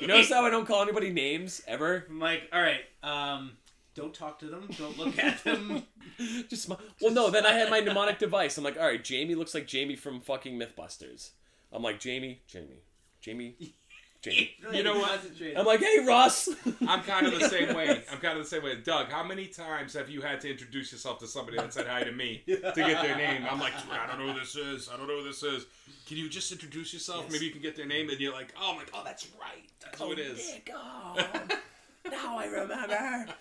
Speaker 3: You notice how I don't call anybody names ever.
Speaker 1: I'm like, all right, um, don't talk to them. Don't look at them.
Speaker 3: Just smi- well, no. Then I had my mnemonic device. I'm like, all right, Jamie looks like Jamie from fucking MythBusters. I'm like Jamie, Jamie, Jamie, Jamie.
Speaker 1: Really
Speaker 2: know what?
Speaker 1: concentrate.
Speaker 3: I'm like, hey, Ross.
Speaker 2: I'm kind of the same way. I'm kind of the same way. Doug, how many times have you had to introduce yourself to somebody that said hi to me to get their name? I'm like, "Dude, I don't know who this is. I don't know who this is. Can you just introduce yourself?
Speaker 3: Yes. Oh,
Speaker 2: Maybe you can get their name, and you're like, oh my god, that's right. That's who it is.
Speaker 3: now I remember.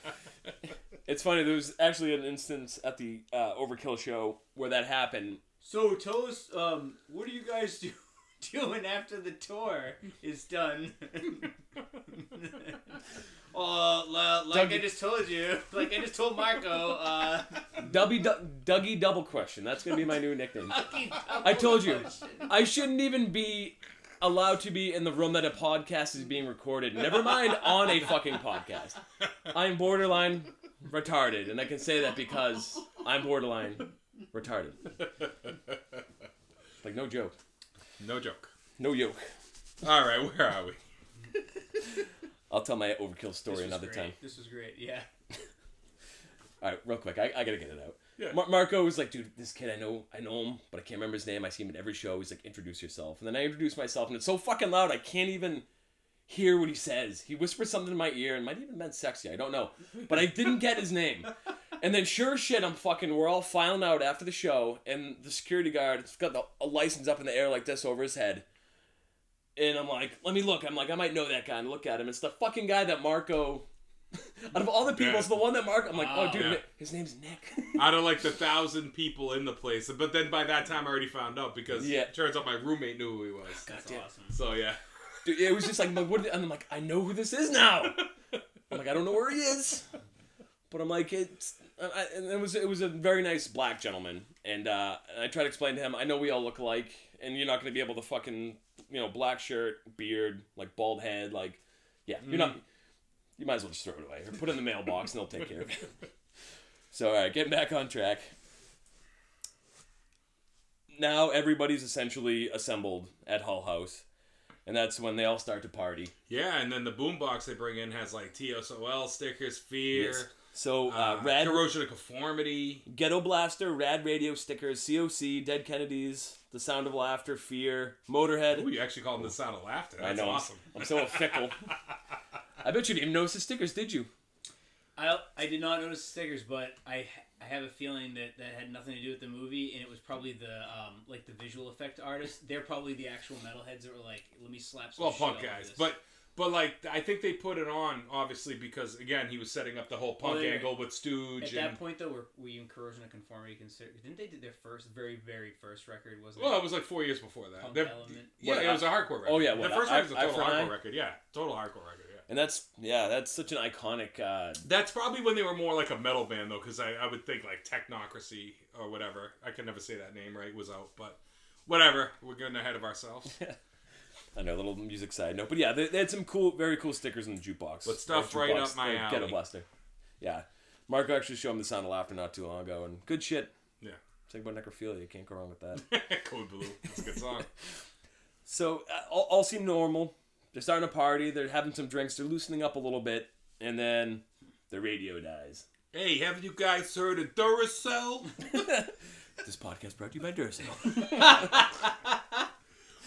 Speaker 3: It's funny. There was actually an instance at the uh, Overkill show where that happened.
Speaker 1: So tell us, um, what do you guys do doing after the tour is done. oh, la- like I
Speaker 3: Dougie-
Speaker 1: just told you, like I just told Marco, uh,
Speaker 3: Dubby du- Dougie Double Question. That's gonna be my new nickname.
Speaker 1: fucking
Speaker 3: I told you.
Speaker 1: question.
Speaker 3: I shouldn't even be allowed to be in the room that a podcast is being recorded. Never mind on a fucking podcast. I'm borderline retarded, and I can say that because I'm borderline retarded. Like no joke,
Speaker 2: no joke.
Speaker 3: no yoke.
Speaker 2: All right, where are we?
Speaker 3: I'll tell my overkill
Speaker 1: This
Speaker 3: story
Speaker 1: was
Speaker 3: another
Speaker 1: great.
Speaker 3: time.
Speaker 1: This was great. Yeah.
Speaker 3: All right, real quick, I, I gotta get it out.
Speaker 2: Yeah.
Speaker 3: Mar- Marco was like, dude, this kid, I know, I know him, but I can't remember his name. I see him at every show. He's like, introduce yourself, and then I introduce myself, and it's so fucking loud, I can't even hear what he says. He whispers something in my ear, and might even meant sexy, I don't know, but I didn't get his name. And then sure as shit, I'm fucking, we're all filing out after the show, and the security guard has got the, a license up in the air like this over his head. And I'm like, let me look. I'm like, I might know that guy. And I look at him. It's the fucking guy that Marco. Out of all the people,
Speaker 2: Yeah.
Speaker 3: it's the one that Marco. I'm like,
Speaker 1: Wow.
Speaker 3: oh, dude,
Speaker 2: Yeah.
Speaker 3: Ni- his name's Nick.
Speaker 2: Out of like the thousand people in the place, but then by that time I already found out because
Speaker 3: Yeah.
Speaker 2: it turns out my roommate knew who he was.
Speaker 1: That's
Speaker 3: damn.
Speaker 1: awesome.
Speaker 2: So yeah,
Speaker 3: Dude, it was just like, like what? did- And I'm like, I know who this is now. I'm like, I don't know where he is, but I'm like, it's. I, I- and it was it was a very nice black gentleman, and uh, and I tried to explain to him. I know we all look alike, and you're not gonna be able to fucking you know black shirt, beard, like bald head, like yeah, you're not. You might as well just throw it away or put it in the mailbox, and they'll take care of it. So all right, getting back on track. Now everybody's essentially assembled at Hull House, and that's when they all start to party.
Speaker 2: yeah. And then the boombox they bring in has like TSOL stickers, fear,
Speaker 3: Yes. So uh,
Speaker 2: uh,
Speaker 3: Rad
Speaker 2: corrosion of conformity.
Speaker 3: Ghetto Blaster, Rad Radio stickers, COC, Dead Kennedys, The Sound of Laughter, Fear, Motorhead.
Speaker 2: Ooh, you actually called him the sound of laughter.
Speaker 3: I
Speaker 2: That's
Speaker 3: know, I'm-
Speaker 2: awesome.
Speaker 3: I'm, so fickle. I bet you didn't even notice the stickers, did you?
Speaker 1: I I did not notice stickers, but I I have a feeling that that had nothing to do with the movie, and it was probably the um like the visual effect artists. They're probably the actual metalheads that were like, let me slap some.
Speaker 2: Well,
Speaker 1: shit
Speaker 2: punk
Speaker 1: on
Speaker 2: guys,
Speaker 1: this."
Speaker 2: but but like I think they put it on obviously because again he was setting up the whole punk
Speaker 1: they-
Speaker 2: angle with Stooge.
Speaker 1: at
Speaker 2: And,
Speaker 1: that point though, were we in corrosion of conformity consider? Didn't they do their first very very first record? Wasn't
Speaker 2: well,
Speaker 1: it?
Speaker 2: it was like four years before that.
Speaker 1: Punk
Speaker 2: They're-
Speaker 1: Element.
Speaker 2: Yeah,
Speaker 3: What,
Speaker 2: it was a hardcore record.
Speaker 3: oh, yeah,
Speaker 2: the
Speaker 3: what,
Speaker 2: first
Speaker 3: I-
Speaker 2: one was a
Speaker 3: I
Speaker 2: total
Speaker 3: for
Speaker 2: hardcore
Speaker 3: Eye?
Speaker 2: record. Yeah, total hardcore record. Yeah.
Speaker 3: And that's yeah, that's such an iconic. Uh,
Speaker 2: That's probably when they were more like a metal band though, because I, I would think like Technocracy or whatever. I can never say that name right was out, but whatever. We're getting ahead of ourselves.
Speaker 3: I know, little music side note, but yeah, they, they had some cool, very cool stickers in the jukebox.
Speaker 2: But stuff
Speaker 3: Or
Speaker 2: right
Speaker 3: jukebox,
Speaker 2: up my
Speaker 3: or Ghetto
Speaker 2: alley.
Speaker 3: Blaster. Yeah, Marco actually showed him the Sound of Laughter not too long ago, and good shit.
Speaker 2: Yeah.
Speaker 3: Think about necrophilia, can't go wrong with that.
Speaker 2: Code Blue. That's a good song.
Speaker 3: So uh, all, all seem normal. They're starting a party. They're having some drinks. They're loosening up a little bit, and then the radio dies.
Speaker 2: hey, haven't you guys heard of Duracell?
Speaker 3: This podcast brought to you by Duracell.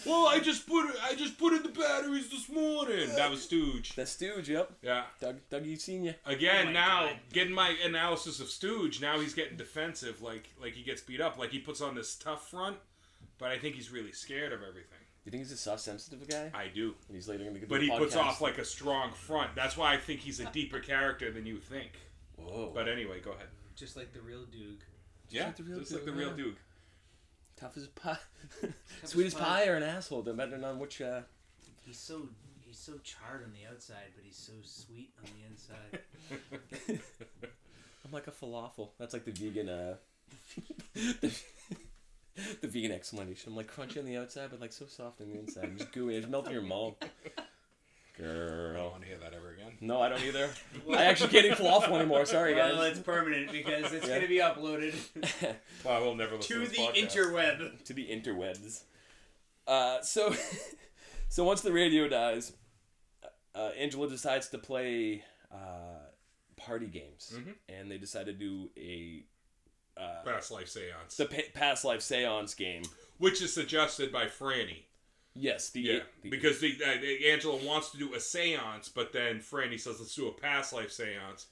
Speaker 2: Well, I just put I just put in the batteries this morning. That was Stooge.
Speaker 3: That's Stooge. Yep.
Speaker 2: Yeah.
Speaker 3: Doug, Dougie Senior.
Speaker 2: Again,
Speaker 1: Oh my
Speaker 2: now
Speaker 1: God.
Speaker 2: getting my analysis of Stooge. Now he's getting defensive, like like he gets beat up, like he puts on this tough front. But I think he's really scared of everything.
Speaker 3: You think he's a soft sensitive guy?
Speaker 2: I do.
Speaker 3: And he's later gonna get.
Speaker 2: But
Speaker 3: the
Speaker 2: he puts
Speaker 3: podcast?
Speaker 2: off like a strong front. That's why I think he's a deeper character than you think.
Speaker 3: Whoa.
Speaker 2: But anyway, go ahead.
Speaker 1: just like the real Duke.
Speaker 2: yeah,
Speaker 3: like the real
Speaker 2: just like the
Speaker 3: Duke,
Speaker 2: real
Speaker 3: yeah.
Speaker 2: Duke.
Speaker 3: tough as pie. Sweet as
Speaker 1: pie.
Speaker 3: pie or an asshole, depending on which. Uh...
Speaker 1: He's so he's so charred on the outside, but he's so sweet on the inside.
Speaker 3: I'm like a falafel. That's like the vegan. Uh... the, the vegan explanation. I'm like crunchy on the outside, but like so soft on the inside. I'm just gooey. It's melting your mouth.
Speaker 2: I
Speaker 3: Girl.
Speaker 2: don't want to hear that ever again.
Speaker 3: No, I don't either. I actually can't eat falafel anymore. Sorry, guys.
Speaker 1: well, it's permanent because it's
Speaker 3: Yeah.
Speaker 1: gonna be uploaded
Speaker 2: Well, I will never listen to,
Speaker 1: to
Speaker 2: this
Speaker 1: the
Speaker 2: podcast.
Speaker 1: interweb.
Speaker 3: to the interwebs. Uh, so, so once the radio dies, uh, Angela decides to play uh, party games,
Speaker 2: Mhm.
Speaker 3: and they decide to do a uh,
Speaker 2: Past life seance,
Speaker 3: the pa- past life seance game.
Speaker 2: which is suggested by Franny.
Speaker 3: Yes, the,
Speaker 2: Yeah,
Speaker 3: the-
Speaker 2: because the, uh, the- Angela wants to do a seance, but then Franny says, let's do a past life seance.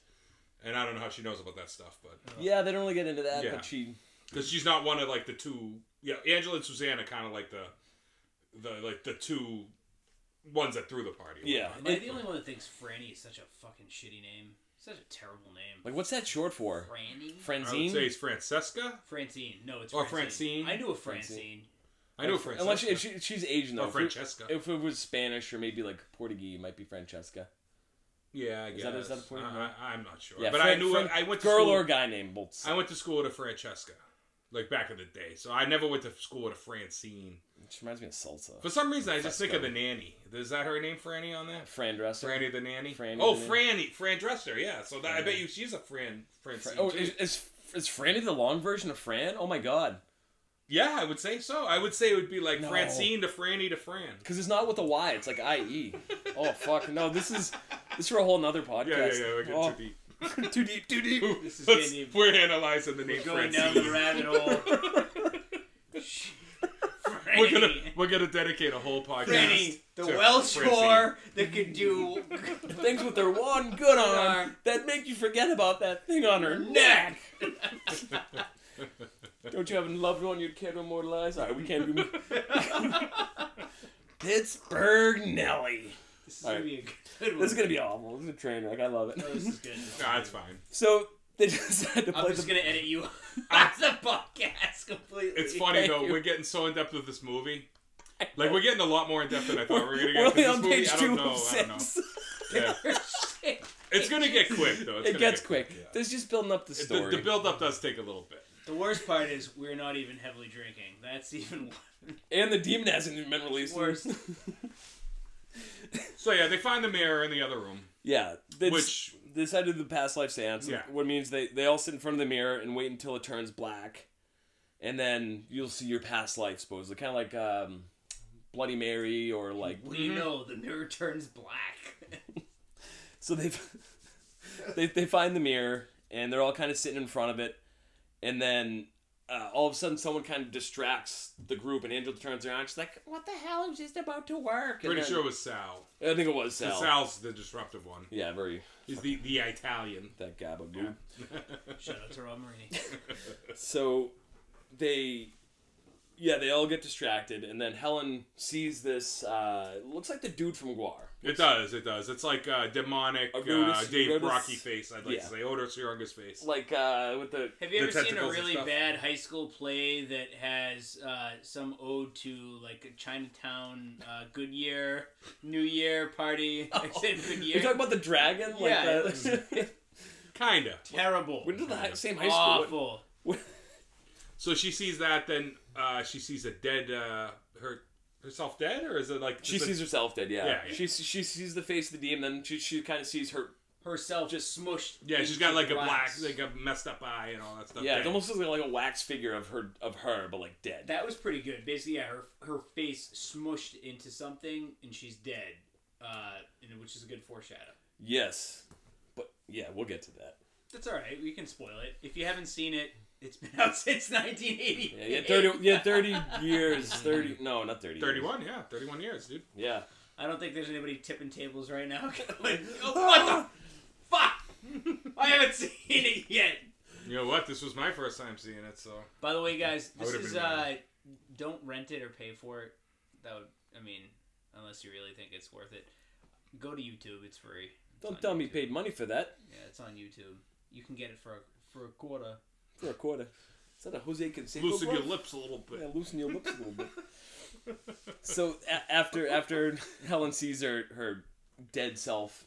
Speaker 2: And I don't know how she knows about that stuff, but
Speaker 3: yeah, they don't really get into that,
Speaker 2: Yeah.
Speaker 3: but she
Speaker 2: because she's not one of like the two. Yeah, Angela and Susanna kind of like the, the like the two ones that threw the party.
Speaker 3: Yeah.
Speaker 1: Am I the only one that thinks Franny is such a fucking shitty name? Such a terrible name.
Speaker 3: like what's that short for?
Speaker 1: Franny?
Speaker 2: I would say
Speaker 3: Franzine.
Speaker 2: it's Francesca.
Speaker 1: Francine. No, it's
Speaker 2: Or
Speaker 1: Francine.
Speaker 2: Francine.
Speaker 1: I knew a
Speaker 3: Francine.
Speaker 1: Francine.
Speaker 2: I know
Speaker 3: If-
Speaker 2: Francesca.
Speaker 3: Unless she, if she, she's Asian though.
Speaker 2: or
Speaker 3: If it-
Speaker 2: Francesca.
Speaker 3: If it was Spanish or maybe like Portuguese, it might be Francesca.
Speaker 2: yeah, I guess.
Speaker 3: Is that- is that the point?
Speaker 2: I, I, am not sure.
Speaker 3: Yeah,
Speaker 2: but I
Speaker 3: Fran-
Speaker 2: knew
Speaker 3: Fran-
Speaker 2: I went to
Speaker 3: girl
Speaker 2: school,
Speaker 3: or guy name both.
Speaker 2: I went to school to Francesca, like back in the day. So I never went to school with a Francine.
Speaker 3: She reminds me of salsa.
Speaker 2: For some reason, I just think of the
Speaker 3: Francesca.
Speaker 2: nanny. Is that her name, Franny, on that?
Speaker 3: Fran Dresser.
Speaker 2: Franny the nanny.
Speaker 3: Franny
Speaker 2: oh,
Speaker 3: the
Speaker 2: Franny, Fran Dresser. Yeah. So that, I
Speaker 3: Franny.
Speaker 2: bet you she's a Fran. Francine.
Speaker 3: Fra- oh,
Speaker 2: too.
Speaker 3: is, is is Franny the long version of Fran? Oh my god,
Speaker 2: yeah, I would say so. I would say it would be like
Speaker 3: No.
Speaker 2: Francine to Franny to Fran.
Speaker 3: because it's not with a Y. It's like I E. oh fuck, no, this is this is for a whole nother podcast.
Speaker 2: Yeah, yeah, yeah. We're getting
Speaker 3: Oh,
Speaker 2: too deep.
Speaker 3: too deep, too deep.
Speaker 1: This is
Speaker 2: Let's-
Speaker 1: getting-
Speaker 2: we're analyzing the name
Speaker 1: We're going down
Speaker 2: Francine.
Speaker 1: the rabbit hole.
Speaker 2: we're gonna we're gonna dedicate a whole podcast.
Speaker 1: Franny, the
Speaker 2: to
Speaker 1: Welsh
Speaker 2: Francine.
Speaker 1: whore that could do
Speaker 3: Things with their one good arm
Speaker 1: arm.
Speaker 3: that make you forget about that thing on her neck. Don't you have a loved one you'd care to immortalize? All right, we can't do Pittsburgh Nelly.
Speaker 1: This is gonna be a good one.
Speaker 3: This is gonna be awful. This is a train wreck. I love it.
Speaker 1: Oh, this is good.
Speaker 2: Nah, that's fine.
Speaker 3: So they just had to
Speaker 1: I'm
Speaker 3: play
Speaker 1: just
Speaker 3: the
Speaker 1: gonna edit you out of the podcast completely.
Speaker 2: It's funny
Speaker 3: Thank
Speaker 2: though.
Speaker 3: you.
Speaker 2: We're getting so in depth with this movie. Like we're getting a lot more in depth than I thought we were gonna get.
Speaker 3: We're
Speaker 2: 'cause this
Speaker 3: only on
Speaker 2: movie,
Speaker 3: page
Speaker 2: I don't
Speaker 3: two
Speaker 2: know.
Speaker 3: of
Speaker 2: I don't know.
Speaker 3: six.
Speaker 2: Yeah.
Speaker 1: Shit.
Speaker 2: It's gonna get quick though. It's
Speaker 3: It
Speaker 2: gonna
Speaker 3: gets
Speaker 2: get
Speaker 3: quick.
Speaker 2: yeah.
Speaker 3: There's just building up the
Speaker 2: It-
Speaker 3: story.
Speaker 2: The, the build up does take a little bit.
Speaker 1: The worst part is we're not even heavily drinking. That's even
Speaker 3: and the demon hasn't even been released.
Speaker 1: worse.
Speaker 2: So yeah, they find the mirror in the other room.
Speaker 3: yeah. They
Speaker 2: Which-
Speaker 3: just decided the past life seance.
Speaker 2: Yeah.
Speaker 3: What means they, they all sit in front of the mirror and wait until it turns black. And then you'll see your past life, supposedly. Kind of like um, Bloody Mary or like.
Speaker 1: What do you know? The mirror turns black.
Speaker 3: So they've they they find the mirror and they're all kind of sitting in front of it, and then uh, all of a sudden someone kind of distracts the group, and Angel turns around. She's like, "What the hell? I'm just about to work." And
Speaker 2: Pretty
Speaker 3: then-
Speaker 2: sure it was Sal.
Speaker 3: I think it was Sal.
Speaker 2: Sal's the disruptive one.
Speaker 3: Yeah, very
Speaker 2: He's the the Italian.
Speaker 3: that gabagoo.
Speaker 1: Shout out to Rob Marini.
Speaker 3: So they. Yeah, they all get distracted, and then Helen sees this. Uh, looks like the dude from Guar.
Speaker 2: It does. It does. It's like uh, demonic uh,
Speaker 3: Erotus-
Speaker 2: Dave
Speaker 3: erotus-
Speaker 2: Brocky face. I'd like
Speaker 3: yeah.
Speaker 2: to say Odor's Younger's face.
Speaker 3: Like uh, with the
Speaker 1: Have you
Speaker 2: The
Speaker 1: ever seen a
Speaker 2: tentacles and
Speaker 1: really
Speaker 2: stuff.
Speaker 1: bad high school play that has uh, some ode to like a Chinatown uh, Goodyear New Year party? I said
Speaker 3: you're
Speaker 1: Goodyear.
Speaker 3: talking about the dragon. Like
Speaker 1: Yeah.
Speaker 3: the,
Speaker 2: Kinda.
Speaker 1: Terrible.
Speaker 3: we're in the hi- same high school.
Speaker 1: Awful.
Speaker 2: So she sees that, then uh, she sees a dead uh, her herself dead, or is it like
Speaker 3: She
Speaker 2: just a-
Speaker 3: sees herself dead. Yeah.
Speaker 2: Yeah, yeah.
Speaker 3: She she sees the face of the demon. Then she she kind of sees her.
Speaker 1: Herself just smushed.
Speaker 2: Yeah, she's got
Speaker 1: into
Speaker 2: like a black,
Speaker 1: rocks.
Speaker 2: like a messed up eye and all that stuff.
Speaker 3: Yeah,
Speaker 2: dead.
Speaker 3: it almost looks like a wax figure of her of her, but like dead.
Speaker 1: That was pretty good. Basically, yeah, her her face smushed into something and she's dead, uh, and, which is a good foreshadow.
Speaker 3: yes, but yeah, we'll get to that.
Speaker 1: That's all right. We can spoil it if you haven't seen it. It's been out since 1980.
Speaker 3: Yeah, yeah, thirty. Yeah, thirty years. Thirty. No, not thirty. years.
Speaker 2: thirty-one. Yeah, thirty-one years, dude.
Speaker 3: Yeah.
Speaker 1: I don't think there's anybody tipping tables right now. like, oh, what the fuck? I haven't seen it yet.
Speaker 2: You know what? This was my first time seeing it, so
Speaker 1: By the way, guys,
Speaker 2: I
Speaker 1: this
Speaker 2: would've
Speaker 1: is
Speaker 2: been
Speaker 1: uh,
Speaker 2: mad.
Speaker 1: don't rent it or pay for it. That would, I mean, unless you really think it's worth it. Go to YouTube. It's free. It's on
Speaker 3: Don't tell me you
Speaker 1: YouTube.
Speaker 3: paid money for that
Speaker 1: Yeah, it's on YouTube. You can get it for a, for a quarter.
Speaker 3: for a quarter. Is that a Jose Canseco?
Speaker 2: loosen your
Speaker 3: glove?
Speaker 2: lips a little bit.
Speaker 3: Yeah, loosen your lips a little bit. so a- after after Helen sees her her dead self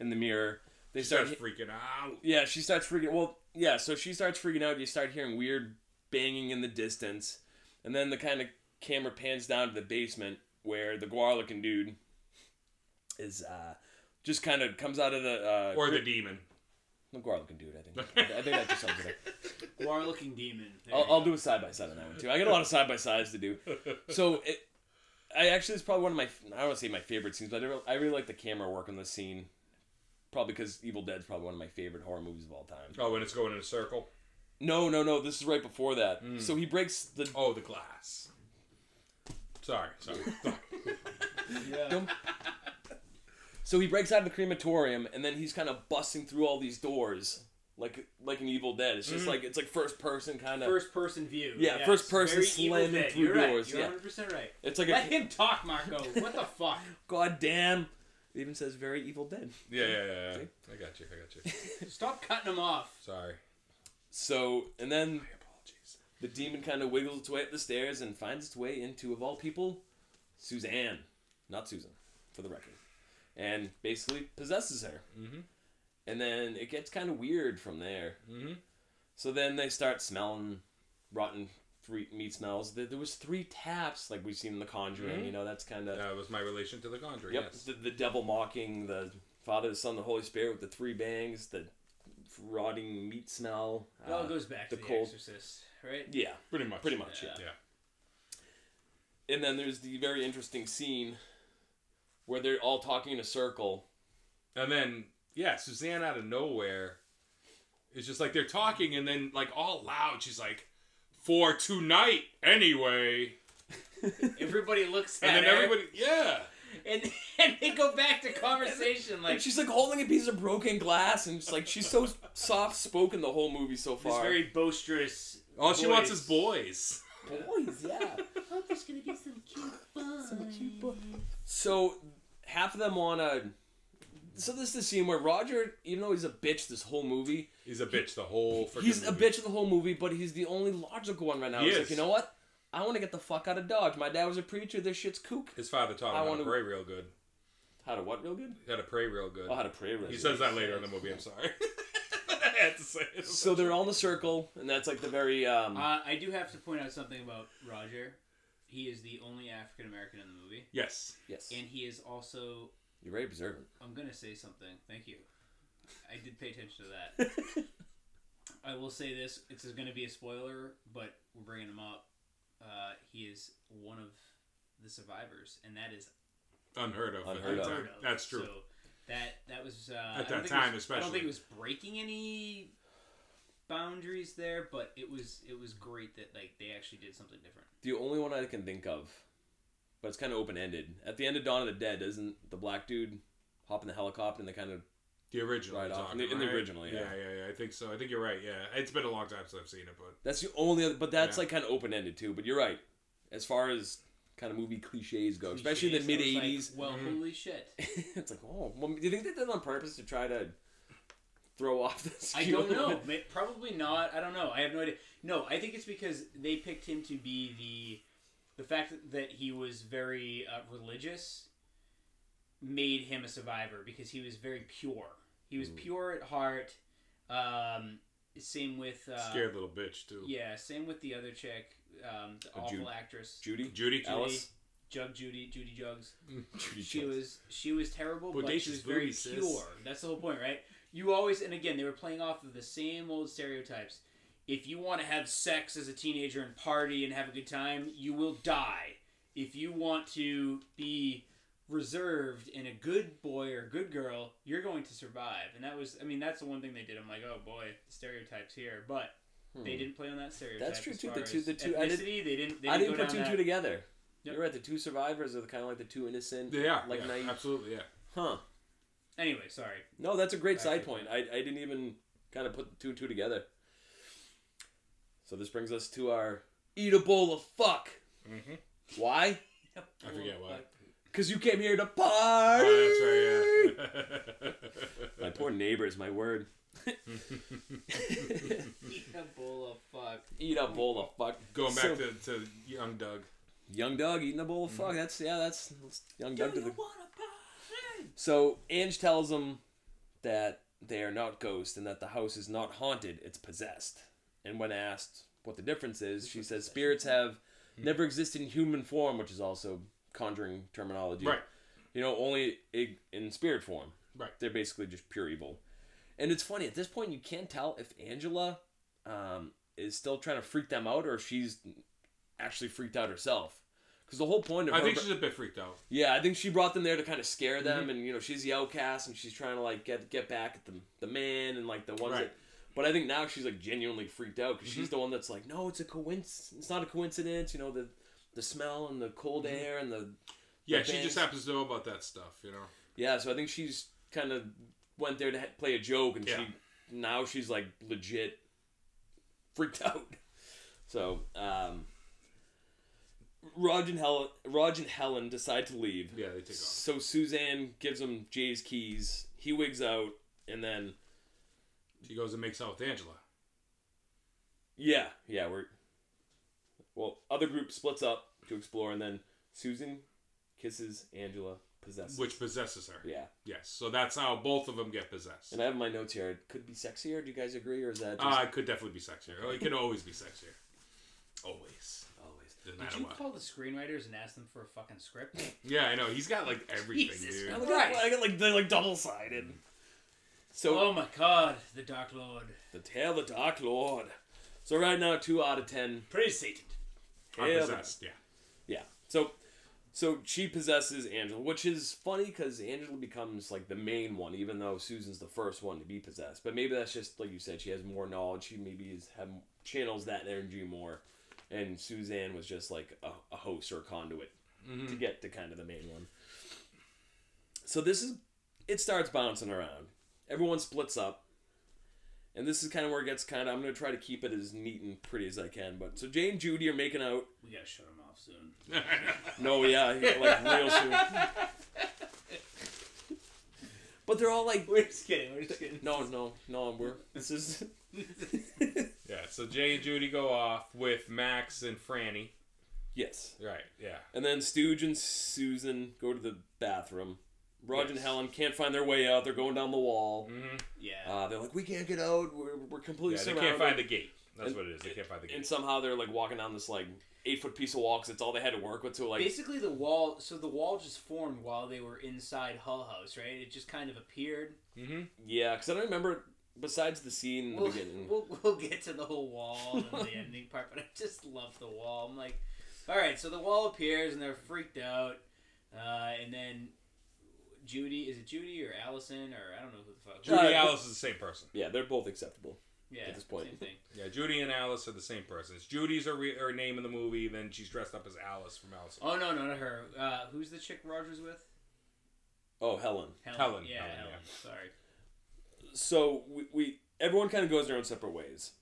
Speaker 3: in the mirror, they
Speaker 2: She
Speaker 3: start
Speaker 2: starts freaking out.
Speaker 3: Yeah, she starts freaking. Well, yeah, so she starts freaking out. You start hearing weird banging in the distance, and then the kind of camera pans down to the basement where the guar looking dude is uh, just kind of comes out of the uh,
Speaker 2: Or the demon.
Speaker 3: the guar looking dude. I think I think that just sums it up.
Speaker 1: Guar looking demon. There
Speaker 3: I'll,
Speaker 1: you
Speaker 3: I'll
Speaker 1: go.
Speaker 3: do a side by side on that one too. I got a lot of side by sides to do. So it, I actually it's probably one of my I don't want to say my favorite scenes, but I really, I really like the camera work on this scene. Probably because Evil Dead's probably one of my favorite horror movies of all time.
Speaker 2: Oh, and it's going in a circle.
Speaker 3: No, no, no. This is right before that. So he breaks the.
Speaker 2: Oh, the glass. Sorry, sorry. sorry.
Speaker 3: Don't- so he breaks out of the crematorium, and then he's kind of busting through all these doors, like like an Evil Dead. It's just like it's like Hmm. first person kind of.
Speaker 1: First person view.
Speaker 3: Yeah,
Speaker 1: yes.
Speaker 3: first person
Speaker 1: Very Evil
Speaker 3: slamming
Speaker 1: Dead.
Speaker 3: through
Speaker 1: You're right.
Speaker 3: doors,
Speaker 1: You're
Speaker 3: yeah.
Speaker 1: 100% right.
Speaker 3: It's like
Speaker 1: Let
Speaker 3: a
Speaker 1: him talk, Marco. What the fuck?
Speaker 3: goddamn. It even says very Evil Dead.
Speaker 2: Yeah, yeah, yeah, yeah. I got you. I got you.
Speaker 1: Stop cutting him off.
Speaker 2: Sorry.
Speaker 3: So and then
Speaker 2: My apologies.
Speaker 3: The demon kind of wiggles its way up the stairs and finds its way into, of all people, Suzanne, not Susan, for the record, and basically possesses her.
Speaker 2: Mhm.
Speaker 3: And then it gets kind of weird from there.
Speaker 2: Mm-hmm.
Speaker 3: So then they start smelling rotten free- meat smells. There there was three taps, like we've seen in The Conjuring.
Speaker 2: Mhm.
Speaker 3: You know, that's kind of
Speaker 2: That was my relation to the Conjuring.
Speaker 3: Yep,
Speaker 2: Yes.
Speaker 3: the, the devil mocking the Father, the Son, the Holy Spirit with the three bangs, the rotting meat smell.
Speaker 1: It all
Speaker 3: uh,
Speaker 1: goes back
Speaker 3: the
Speaker 1: to the
Speaker 3: cold-
Speaker 1: Exorcist, right?
Speaker 3: yeah,
Speaker 2: Pretty much.
Speaker 3: pretty much. Yeah.
Speaker 1: Yeah.
Speaker 3: And then there's the very interesting scene where they're all talking in a circle.
Speaker 2: And then, yeah, Suzanne out of nowhere is just like they're talking, and then like all loud, she's like, "For tonight, anyway."
Speaker 1: Everybody looks at
Speaker 2: And then
Speaker 1: her,
Speaker 2: everybody, yeah,
Speaker 1: and, and they go back to conversation like
Speaker 3: and she's like holding a piece of broken glass, and it's like she's so soft spoken the whole movie so
Speaker 1: this
Speaker 3: far.
Speaker 1: very boisterous.
Speaker 2: all she wants
Speaker 1: voice.
Speaker 2: is boys.
Speaker 3: Boys, yeah.
Speaker 1: Oh, there's gonna be some cute boys.
Speaker 3: So half of them on a. So this is the scene where Roger, even though he's a bitch this whole movie,
Speaker 2: He's a bitch the whole. frickin'
Speaker 3: He's a
Speaker 2: movie.
Speaker 3: bitch of the whole movie, but he's the only logical one right now.
Speaker 2: He
Speaker 3: he's
Speaker 2: is.
Speaker 3: like, you know what? I want to get the fuck out of Dodge. My dad was a preacher. This shit's kook.
Speaker 2: His father taught him
Speaker 3: I
Speaker 2: how to
Speaker 3: wanna-
Speaker 2: pray real good.
Speaker 3: How to what real good?
Speaker 2: He had to pray real good.
Speaker 3: Oh, how to pray real
Speaker 2: he
Speaker 3: good.
Speaker 2: says that later in the movie. I'm sorry. I had to say it.
Speaker 3: So they're all in the circle, and that's like the very. Um,
Speaker 1: Uh, I do have to point out something about Roger. He is the only African American in the movie,
Speaker 2: yes.
Speaker 3: yes.
Speaker 1: and he is also.
Speaker 3: You're very observant.
Speaker 1: I'm gonna say something. Thank you. I did pay attention to that.
Speaker 3: That's
Speaker 1: I will say this: it's going to be a spoiler, but we're bringing him up. Uh, he is one of the survivors, and that is
Speaker 2: Unheard of. at
Speaker 3: Unheard
Speaker 2: that
Speaker 3: of.
Speaker 2: time.
Speaker 1: unheard of.
Speaker 2: That's true.
Speaker 1: So that that was uh, I
Speaker 2: At
Speaker 1: don't
Speaker 2: that
Speaker 1: think it was-
Speaker 2: time,
Speaker 1: I don't
Speaker 2: especially.
Speaker 1: think it was breaking any boundaries there, but it was it was great that like they actually did something different.
Speaker 3: the only one I can think of, but it's kind of open ended. At the end of Dawn of the Dead, doesn't the black dude hop in the helicopter and they kind of
Speaker 2: the original.
Speaker 3: Right
Speaker 2: you're
Speaker 3: off.
Speaker 2: talking,
Speaker 3: In the- in the
Speaker 2: right?
Speaker 3: original, yeah.
Speaker 2: Yeah, yeah, yeah. I think so. I think you're right. Yeah, it's been a long time since I've seen it, but
Speaker 3: That's the only other, but that's
Speaker 2: Yeah.
Speaker 3: like kind of open ended too. But you're right, as far as kind of movie cliches go, especially in the mid
Speaker 1: Cliches, I was like,
Speaker 3: '80s.
Speaker 1: well,
Speaker 2: Mhm.
Speaker 1: holy shit!
Speaker 3: it's like, oh, well, do you think they did it on purpose to try to throw off the
Speaker 1: I
Speaker 3: skew?
Speaker 1: don't know. Ma- Probably not. I don't know. I have no idea. No, I think it's because they picked him to be the the fact that he was very uh, religious made him a survivor because he was very pure. He was pure at heart. Um, same with uh,
Speaker 2: scared little bitch too.
Speaker 1: Yeah, same with the other chick, um, the
Speaker 3: Oh,
Speaker 1: awful
Speaker 3: Jude.
Speaker 1: actress,
Speaker 3: Judy,
Speaker 2: Judy. Mm.
Speaker 3: Alice,
Speaker 1: Jug Judy, Judy Jugs.
Speaker 3: Judy
Speaker 1: She
Speaker 3: Jones.
Speaker 1: was she was terrible, but
Speaker 2: Bodacious
Speaker 1: she was very
Speaker 2: booty, sis.
Speaker 1: pure. That's the whole point, right? You always and again they were playing off of the same old stereotypes. If you want to have sex as a teenager and party and have a good time, you will die. If you want to be reserved and a good boy or good girl, you're going to survive. And that was I mean that's the one thing they did. I'm like, oh boy, stereotypes here, but. They
Speaker 3: Hmm.
Speaker 1: didn't play on that stereotype.
Speaker 3: true,
Speaker 1: as
Speaker 3: too. The
Speaker 1: far
Speaker 3: two-
Speaker 1: as
Speaker 3: the two- I
Speaker 1: ethnicity,
Speaker 3: didn't-
Speaker 1: they didn't. They
Speaker 3: I
Speaker 1: didn't
Speaker 3: didn't
Speaker 1: go
Speaker 3: put two
Speaker 1: down
Speaker 3: and
Speaker 1: that-
Speaker 3: two together.
Speaker 1: Yep.
Speaker 3: You're right. The two survivors are the kind of like the two innocent.
Speaker 2: Yeah,
Speaker 3: like
Speaker 2: yeah,
Speaker 3: naive.
Speaker 2: absolutely, yeah.
Speaker 3: Huh.
Speaker 1: Anyway, sorry.
Speaker 3: No, that's a great
Speaker 1: Back
Speaker 3: side
Speaker 1: to-
Speaker 3: point. I, I didn't even kind of put the two and two together. So this brings us to our eat a bowl of fuck.
Speaker 2: Mm-hmm.
Speaker 3: Why?
Speaker 2: I forget why.
Speaker 3: Because you came here to party.
Speaker 2: Oh, that's right. Yeah.
Speaker 3: My poor neighbors. My word.
Speaker 1: Yeah, bull of fuck.
Speaker 3: eat a bowl of fuck.
Speaker 2: Going back
Speaker 3: So-
Speaker 2: to, to young Doug.
Speaker 3: Young Doug eating a bowl of fuck. That's yeah. That's, that's young Doug to the
Speaker 1: wanna party?
Speaker 3: So Ange tells him that they are not ghosts and that the house is not haunted, it's possessed. And when asked what the difference is, she says spirits have never existed in human form, which is also conjuring terminology.
Speaker 2: Right.
Speaker 3: You know, only i- in spirit form.
Speaker 2: Right.
Speaker 3: They're basically just pure evil. And it's funny, at this point, you can't tell if Angela um, is still trying to freak them out or if she's actually freaked out herself. Because the whole point of
Speaker 2: I
Speaker 3: her
Speaker 2: think Mm-hmm. she's a bit freaked out.
Speaker 3: yeah, I think she brought them there to kind of scare them, and you know she's the outcast, and she's trying to like get get back at the the man and like the
Speaker 2: Right.
Speaker 3: ones
Speaker 2: Mm-hmm.
Speaker 3: that. But I think now she's like genuinely freaked out because she's the one that's like, no, it's a coincidence. It's not a coincidence. You know the the smell and the cold
Speaker 2: Mm-hmm.
Speaker 3: air and the
Speaker 2: Yeah,
Speaker 3: The
Speaker 2: she
Speaker 3: bangs.
Speaker 2: just happens to know about that stuff, you know.
Speaker 3: yeah. So I think she's kind of went there to ha- play a joke, and
Speaker 2: Yeah.
Speaker 3: she now she's like legit freaked out. So um, Rog and Helen, Rog and Helen decide to leave.
Speaker 2: Yeah, they take off.
Speaker 3: So Suzanne gives him Jay's keys. He wigs out, and then
Speaker 2: She goes and makes out with Angela.
Speaker 3: yeah, yeah, we're Well, other group splits up to explore, and then Susan kisses Angela, possesses.
Speaker 2: which possesses her.
Speaker 3: yeah.
Speaker 2: Yes, so that's how both of them get possessed.
Speaker 3: And I have my notes here. It could be sexier. Do you guys agree, or is that just
Speaker 2: Uh, it could definitely be sexier. Oh, It could always be sexier. Always.
Speaker 3: always?
Speaker 2: Doesn't
Speaker 1: Did
Speaker 2: matter
Speaker 1: you
Speaker 2: what.
Speaker 1: call the screenwriters and ask them for a fucking script?
Speaker 2: Yeah, I know. He's got like everything,
Speaker 1: Jesus
Speaker 2: dude.
Speaker 1: Christ.
Speaker 3: I got like they're like double sided. So
Speaker 1: oh my god, the Dark Lord.
Speaker 3: the tale of the Dark Lord. So right now, two out of ten.
Speaker 1: Praise Satan.
Speaker 2: I'm
Speaker 3: Yeah,
Speaker 2: possessed. Yeah.
Speaker 3: Yeah. So, so she possesses Angela, which is funny because Angela becomes like the main one, even though Susan's the first one to be possessed. But maybe that's just like you said, she has more knowledge. She maybe is have channels that energy more, and Suzanne was just like a, a host or a conduit to get to kind of the main one. So this is it starts bouncing around. Everyone splits up. And this is kind of where it gets kind of. I'm going to try to keep it as neat and pretty as I can. But so Jane and Judy are making out.
Speaker 1: We gotta shut him off soon.
Speaker 3: No, yeah, yeah, like real soon. But they're all like,
Speaker 1: We're just kidding. We're just kidding.
Speaker 3: no, no, no, we're this is
Speaker 2: Yeah. So Jay and Judy go off with Max and Franny.
Speaker 3: yes.
Speaker 2: Right. Yeah.
Speaker 3: And then Stooge and Susan go to the bathroom. Roger and
Speaker 2: Yes.
Speaker 3: Helen can't find their way out. They're going down the wall.
Speaker 2: Mm-hmm.
Speaker 1: Yeah.
Speaker 3: Uh, they're like, we can't get out. We're, we're completely
Speaker 2: Yeah. They
Speaker 3: surrounded.
Speaker 2: can't find the gate. That's
Speaker 3: And-
Speaker 2: what it is. They can't find the
Speaker 3: and
Speaker 2: gate.
Speaker 3: somehow they're like walking down this like eight foot piece of wall because it's all they had to work with. So like,
Speaker 1: Basically, the wall. So the wall just formed while they were inside Hull House, right? It just kind of appeared.
Speaker 2: Mm-hmm.
Speaker 3: yeah, because I don't remember. Besides the scene in the
Speaker 1: We'll,
Speaker 3: beginning,
Speaker 1: we'll, we'll get to the whole wall and the ending part, but I just love the wall. I'm like, all right, so the wall appears and they're freaked out, uh, and then Judy is it Judy or Allison or I don't know who the fuck.
Speaker 2: Judy
Speaker 3: Uh,
Speaker 2: and Alice is the same person.
Speaker 3: yeah, they're both acceptable.
Speaker 1: yeah,
Speaker 3: at this point.
Speaker 1: same thing.
Speaker 2: Yeah. Judy and Alice are the same person. It's Judy's her, re- her name in the movie. Then she's dressed up as Alice from Alice.
Speaker 1: Oh no, no, not her. Uh, who's the chick Rogers with?
Speaker 3: Oh, Helen.
Speaker 2: Helen,
Speaker 1: Yeah,
Speaker 2: Helen,
Speaker 1: Helen.
Speaker 2: yeah.
Speaker 1: Sorry.
Speaker 3: so we, we everyone kind of goes their own separate ways.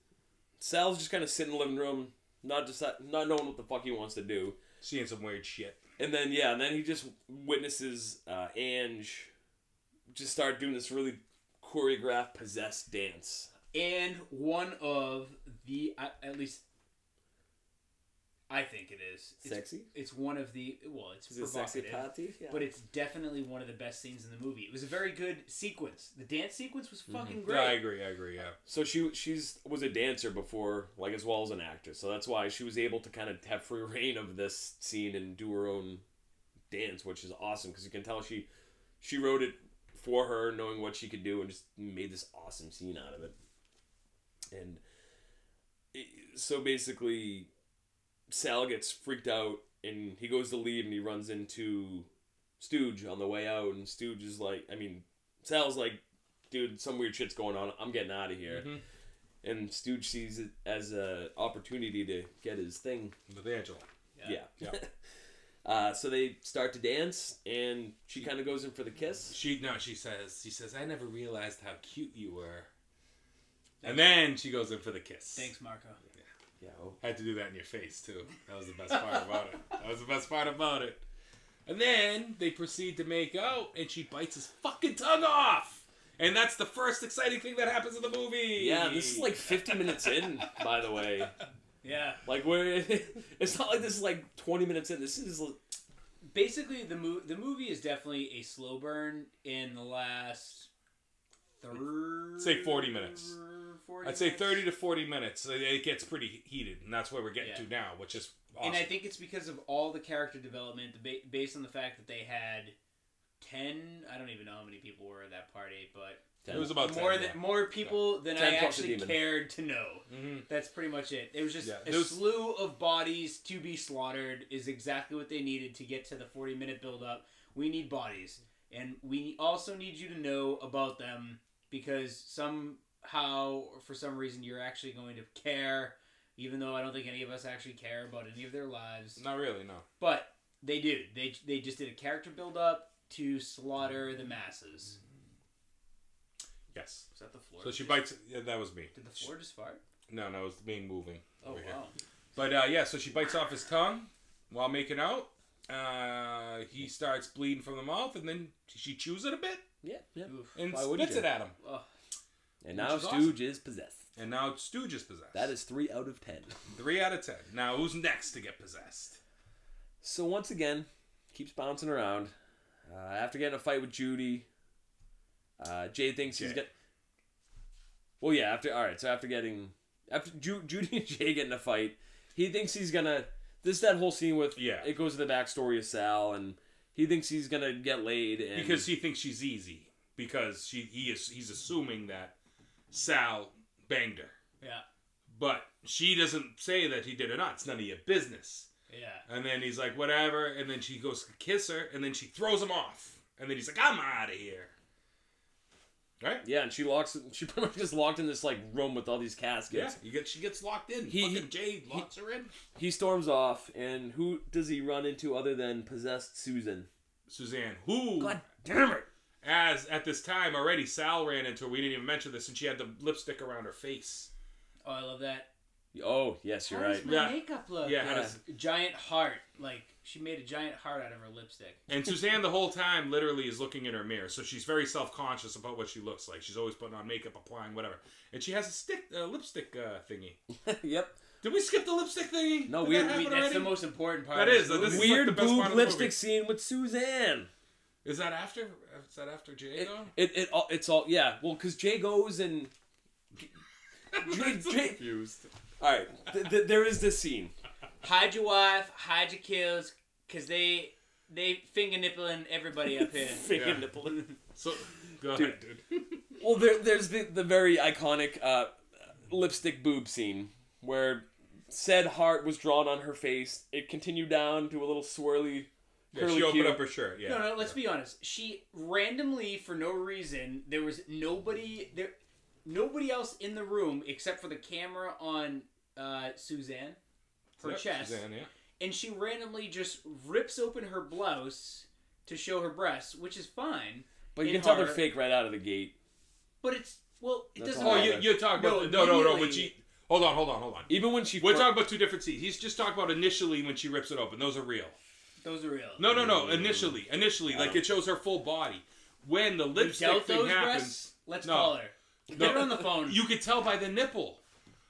Speaker 3: Sal's just kind of sitting in the living room, not decide, not knowing what the fuck he wants to do.
Speaker 2: Seeing some weird shit.
Speaker 3: And then yeah, and then he just witnesses uh, Ange just start doing this really choreographed possessed dance.
Speaker 1: and one of the I- at least I think it is It's-
Speaker 3: Sexy?
Speaker 1: It's one of the well, it's
Speaker 3: Is it sexy
Speaker 1: provocative,
Speaker 3: party? Yeah.
Speaker 1: but it's definitely one of the best scenes in the movie. It was a very good sequence. The dance sequence was fucking
Speaker 2: Yeah,
Speaker 1: great.
Speaker 2: I agree. I agree. Yeah.
Speaker 3: so she she's was a dancer before, like as well as an actress. So that's why she was able to kind of have free reign of this scene and do her own dance, which is awesome because you can tell she she wrote it for her, knowing what she could do, and just made this awesome scene out of it. And it- so basically, Sal gets freaked out and he goes to leave and he runs into Stooge on the way out, and Stooge is like, I mean, Sal's like, dude, some weird shit's going on. I'm getting out of here.
Speaker 2: Mhm.
Speaker 3: And Stooge sees it as a opportunity to get his thing
Speaker 2: With Angela.
Speaker 3: yeah.
Speaker 2: Yeah.
Speaker 3: uh, so they start to dance, and she kind of goes in for the kiss.
Speaker 2: She no. She says. She says. I never realized how cute you were. And then she goes in for the kiss.
Speaker 1: Thanks, Marco.
Speaker 3: Yeah. oh,
Speaker 2: I had to do that in your face too. That was the best part about it. That was the best part about it. And then they proceed to make out, and she bites his fucking tongue off. And that's the first exciting thing that happens in the movie.
Speaker 3: Yeah, this is like 50 minutes in, by the way.
Speaker 1: Yeah.
Speaker 3: Like, we're, it's not like this is like 20 minutes in. This is,
Speaker 1: Basically, the mo- the movie is definitely a slow burn in the last third.
Speaker 2: Say 40 minutes.
Speaker 1: 40
Speaker 2: I'd say
Speaker 1: minutes.
Speaker 2: thirty to forty minutes. It- It gets pretty heated, and that's where we're getting
Speaker 1: Yeah.
Speaker 2: to now, which is awesome.
Speaker 1: And I think it's because of all the character development, the ba- based on the fact that they had ten. I don't even know how many people were at that party, but
Speaker 2: it was about
Speaker 1: more
Speaker 2: 10,
Speaker 1: than
Speaker 2: yeah.
Speaker 1: more people than
Speaker 3: 10
Speaker 1: I
Speaker 3: plus a
Speaker 1: actually
Speaker 3: demon.
Speaker 1: cared to know.
Speaker 2: Mhm.
Speaker 1: That's pretty much it. It was just
Speaker 2: Yeah,
Speaker 1: a
Speaker 2: those-
Speaker 1: slew of bodies to be slaughtered is exactly what they needed to get to the forty minute build up. We need bodies, and we also need you to know about them because somehow, for some reason, you're actually going to care. Even though I don't think any of us actually care about any of their lives,
Speaker 2: Not really, no.
Speaker 1: but they do. They they just did a character build up to slaughter the masses.
Speaker 2: Yes.
Speaker 1: Is that the floor?
Speaker 2: Mm. So she
Speaker 1: just-
Speaker 2: bites. Yeah, that was me.
Speaker 1: Did the floor just fart?
Speaker 2: No, no, it was me moving.
Speaker 1: Oh
Speaker 2: over here.
Speaker 1: wow!
Speaker 2: But uh, yeah, so she bites off his tongue while making out. Uh, he starts bleeding from the mouth, and then she chews it a bit
Speaker 3: yeah, yeah.
Speaker 1: Oof. Oh,
Speaker 2: and
Speaker 3: Why would
Speaker 2: spits
Speaker 3: you?
Speaker 2: it at him.
Speaker 1: Ugh.
Speaker 3: And now
Speaker 2: is
Speaker 3: Stooge
Speaker 2: awesome.
Speaker 3: is possessed.
Speaker 2: And now Stooge is possessed.
Speaker 3: That is three out of ten.
Speaker 2: three out of ten. Now who's next to get possessed?
Speaker 3: So once again, keeps bouncing around. Uh, after getting a fight with Judy, uh, Jade thinks he's
Speaker 2: Jay.
Speaker 3: got. Well, yeah. After all right. So after getting after Ju- Judy and Jay get in a fight, he thinks he's gonna. This is that whole scene with
Speaker 2: Yeah.
Speaker 3: It goes to the backstory of Sal, and he thinks he's gonna get laid and
Speaker 2: Because he thinks she's easy. Because she he is he's assuming that Sal banged her.
Speaker 1: Yeah.
Speaker 2: But she doesn't say that he did or not. It's none of your business.
Speaker 1: Yeah.
Speaker 2: And then he's like, whatever. And then she goes to kiss her, and then she throws him off. And then he's like, I'm out of here. Right?
Speaker 3: yeah, and she locks. She pretty much just locked in this like room with all these
Speaker 2: Yeah.
Speaker 3: caskets.
Speaker 2: You get she gets locked in.
Speaker 3: He-
Speaker 2: Fucking Jade locks her in.
Speaker 3: He storms off, and who does he run into other than possessed Susan?
Speaker 2: Suzanne, who
Speaker 3: God damn it!
Speaker 2: as at this time already Sal ran into her. We didn't even mention this, and she had the lipstick around her face.
Speaker 1: Oh, I love that.
Speaker 3: Oh yes, you're
Speaker 1: How
Speaker 3: right.
Speaker 1: does my
Speaker 2: Yeah.
Speaker 1: makeup look?
Speaker 2: Yeah, how
Speaker 3: Yeah.
Speaker 2: does-
Speaker 1: Giant heart. Like she made a giant heart out of her lipstick.
Speaker 2: and Suzanne the whole time literally is looking in her mirror, so she's very self conscious about what she looks like. She's always putting on makeup, applying whatever, and she has a stick uh, lipstick uh, thingy.
Speaker 3: yep.
Speaker 2: Did we skip the lipstick thingy?
Speaker 3: No,
Speaker 2: Did
Speaker 3: we-
Speaker 2: that
Speaker 3: we-
Speaker 2: happen
Speaker 1: That's
Speaker 2: already?
Speaker 1: the most important part.
Speaker 2: That
Speaker 1: of
Speaker 2: is,
Speaker 1: this
Speaker 2: that
Speaker 1: movie.
Speaker 2: is- like
Speaker 3: Weird
Speaker 2: the best
Speaker 3: boob
Speaker 2: part of the
Speaker 3: lipstick
Speaker 2: movie.
Speaker 3: scene with Suzanne.
Speaker 2: Is that after? Is that after Jay
Speaker 3: It,
Speaker 2: though?
Speaker 3: it, it all, it's all yeah. Well, because Jay goes and Jay,
Speaker 2: I'm so
Speaker 3: Jay.
Speaker 2: confused.
Speaker 3: All right, th- th- there is this scene.
Speaker 1: hide your wife, hide your kids, cause they they finger nippling everybody up here.
Speaker 3: Finger
Speaker 2: Yeah.
Speaker 3: nipple.
Speaker 2: So, go
Speaker 3: Dude.
Speaker 2: ahead, dude.
Speaker 3: Well, there, there's the the very iconic uh, lipstick boob scene where said heart was drawn on her face. It continued down to a little swirly.
Speaker 2: Yeah,
Speaker 3: Curly
Speaker 2: she opened
Speaker 3: Q.
Speaker 2: up her shirt. Yeah.
Speaker 1: No, no. Let's be honest. She randomly, for no reason, there was nobody there, nobody else in the room except for the camera on uh, Suzanne, her
Speaker 2: Yep,
Speaker 1: chest,
Speaker 2: Suzanne, yeah.
Speaker 1: and she randomly just rips open her blouse to show her breasts, which is fine.
Speaker 3: But you
Speaker 1: In
Speaker 3: can tell they're
Speaker 1: heart.
Speaker 3: fake right out of the gate.
Speaker 1: But it's well, it
Speaker 3: That's
Speaker 1: doesn't.
Speaker 3: all
Speaker 2: Oh,
Speaker 3: Yeah.
Speaker 2: you,
Speaker 1: matter.
Speaker 2: you're talking
Speaker 1: No,
Speaker 2: about no, no, no. When
Speaker 1: immediately-
Speaker 2: she hold on, hold on, hold on.
Speaker 3: Even when she
Speaker 2: We're
Speaker 3: fir-
Speaker 2: talking about two different scenes. He's just talking about initially when she rips it open. Those are real.
Speaker 1: Those are real.
Speaker 2: No, no, no. Initially, initially, like it shows her full body. When the
Speaker 1: You
Speaker 2: lipstick
Speaker 1: doubt
Speaker 2: thing
Speaker 1: those
Speaker 2: happens,
Speaker 1: breasts? Let's
Speaker 2: No.
Speaker 1: call her. Get
Speaker 2: No.
Speaker 1: her on the phone.
Speaker 2: you could tell by the nipple.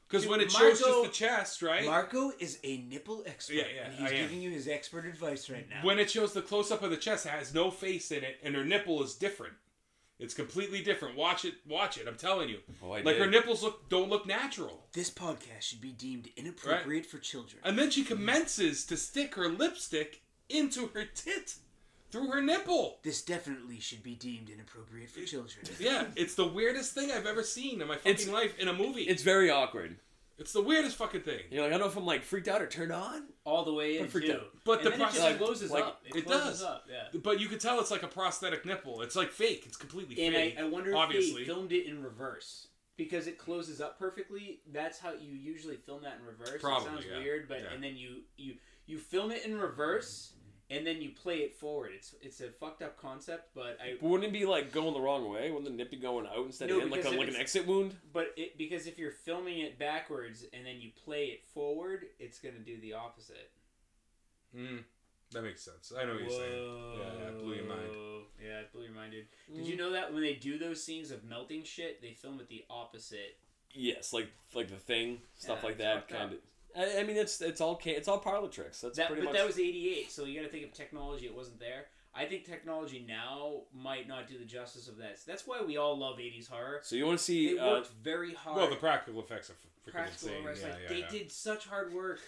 Speaker 2: Because
Speaker 1: Dude,
Speaker 2: when it shows just
Speaker 1: Margot-
Speaker 2: the chest, right?
Speaker 1: Marco is a nipple expert,
Speaker 2: Yeah, yeah,
Speaker 1: and he's
Speaker 2: I am.
Speaker 1: giving you his expert advice right now.
Speaker 2: when it shows the close up of the chest, it has no face in it, and her nipple is different. It's completely different. Watch it, watch it. I'm telling you.
Speaker 3: Oh, I
Speaker 2: like her
Speaker 3: did.
Speaker 2: nipples look don't look natural.
Speaker 1: this podcast should be deemed inappropriate
Speaker 2: inappropriate
Speaker 1: for children.
Speaker 2: And then she commences to stick her lipstick into her tit through her nipple.
Speaker 1: This definitely should be deemed inappropriate for children.
Speaker 2: Yeah, it's the weirdest thing I've ever seen in my fucking
Speaker 3: It's-
Speaker 2: life in a movie. It's,
Speaker 3: it's very awkward.
Speaker 2: the weirdest fucking thing.
Speaker 3: You're like, I don't know if I'm like freaked out or turned on.
Speaker 1: All the way in
Speaker 3: But for
Speaker 1: too.
Speaker 3: da-
Speaker 2: but
Speaker 1: and
Speaker 2: the
Speaker 1: then it
Speaker 2: prosthetic-
Speaker 1: just closes
Speaker 3: like,
Speaker 1: up. It,
Speaker 2: it
Speaker 1: closes
Speaker 2: does.
Speaker 1: up. Yeah.
Speaker 2: But you could tell it's like a prosthetic nipple. It's like fake. It's completely
Speaker 1: And I,
Speaker 2: fake.
Speaker 1: I wonder if
Speaker 2: obviously.
Speaker 1: they filmed it in reverse because it closes up perfectly. That's how you usually film that in reverse.
Speaker 2: Probably,
Speaker 1: it sounds
Speaker 2: yeah.
Speaker 1: weird, but
Speaker 2: Yeah.
Speaker 1: and then you you you film it in reverse and then you play it forward. It's it's a fucked up concept, but I
Speaker 3: But wouldn't it be like going the wrong way? Wouldn't the nip be going out instead
Speaker 1: No,
Speaker 3: of in, like
Speaker 1: because
Speaker 3: a,
Speaker 1: if
Speaker 3: like an
Speaker 1: it's-
Speaker 3: exit wound?
Speaker 1: But it because if you're filming it backwards and then you play it forward, it's gonna do the opposite.
Speaker 2: Mm, that makes sense. I know what you're saying. Yeah, yeah, it blew your mind. Mm.
Speaker 1: Whoa. Yeah, it blew your mind, dude. Did you know that when they do those scenes of melting shit, they film it the opposite?
Speaker 3: Yes, like like the thing, stuff
Speaker 1: Yeah,
Speaker 3: like
Speaker 1: it's
Speaker 3: that
Speaker 1: fucked up.
Speaker 3: kind of. I, I mean, it's it's all ca- it's all parlor tricks. That's
Speaker 1: That,
Speaker 3: pretty
Speaker 1: but
Speaker 3: much.
Speaker 1: that was '88, so you got to think of technology. It wasn't there. I think technology now might not do the justice of that. That's why we all love '80s horror.
Speaker 3: so you want to
Speaker 1: They
Speaker 3: see? Uh,
Speaker 1: worked very hard.
Speaker 2: Well, the practical effects are f- freaking
Speaker 1: practical
Speaker 2: insane.
Speaker 1: effects,
Speaker 2: Yeah,
Speaker 1: like,
Speaker 2: yeah,
Speaker 1: they
Speaker 2: yeah.
Speaker 1: did such hard work.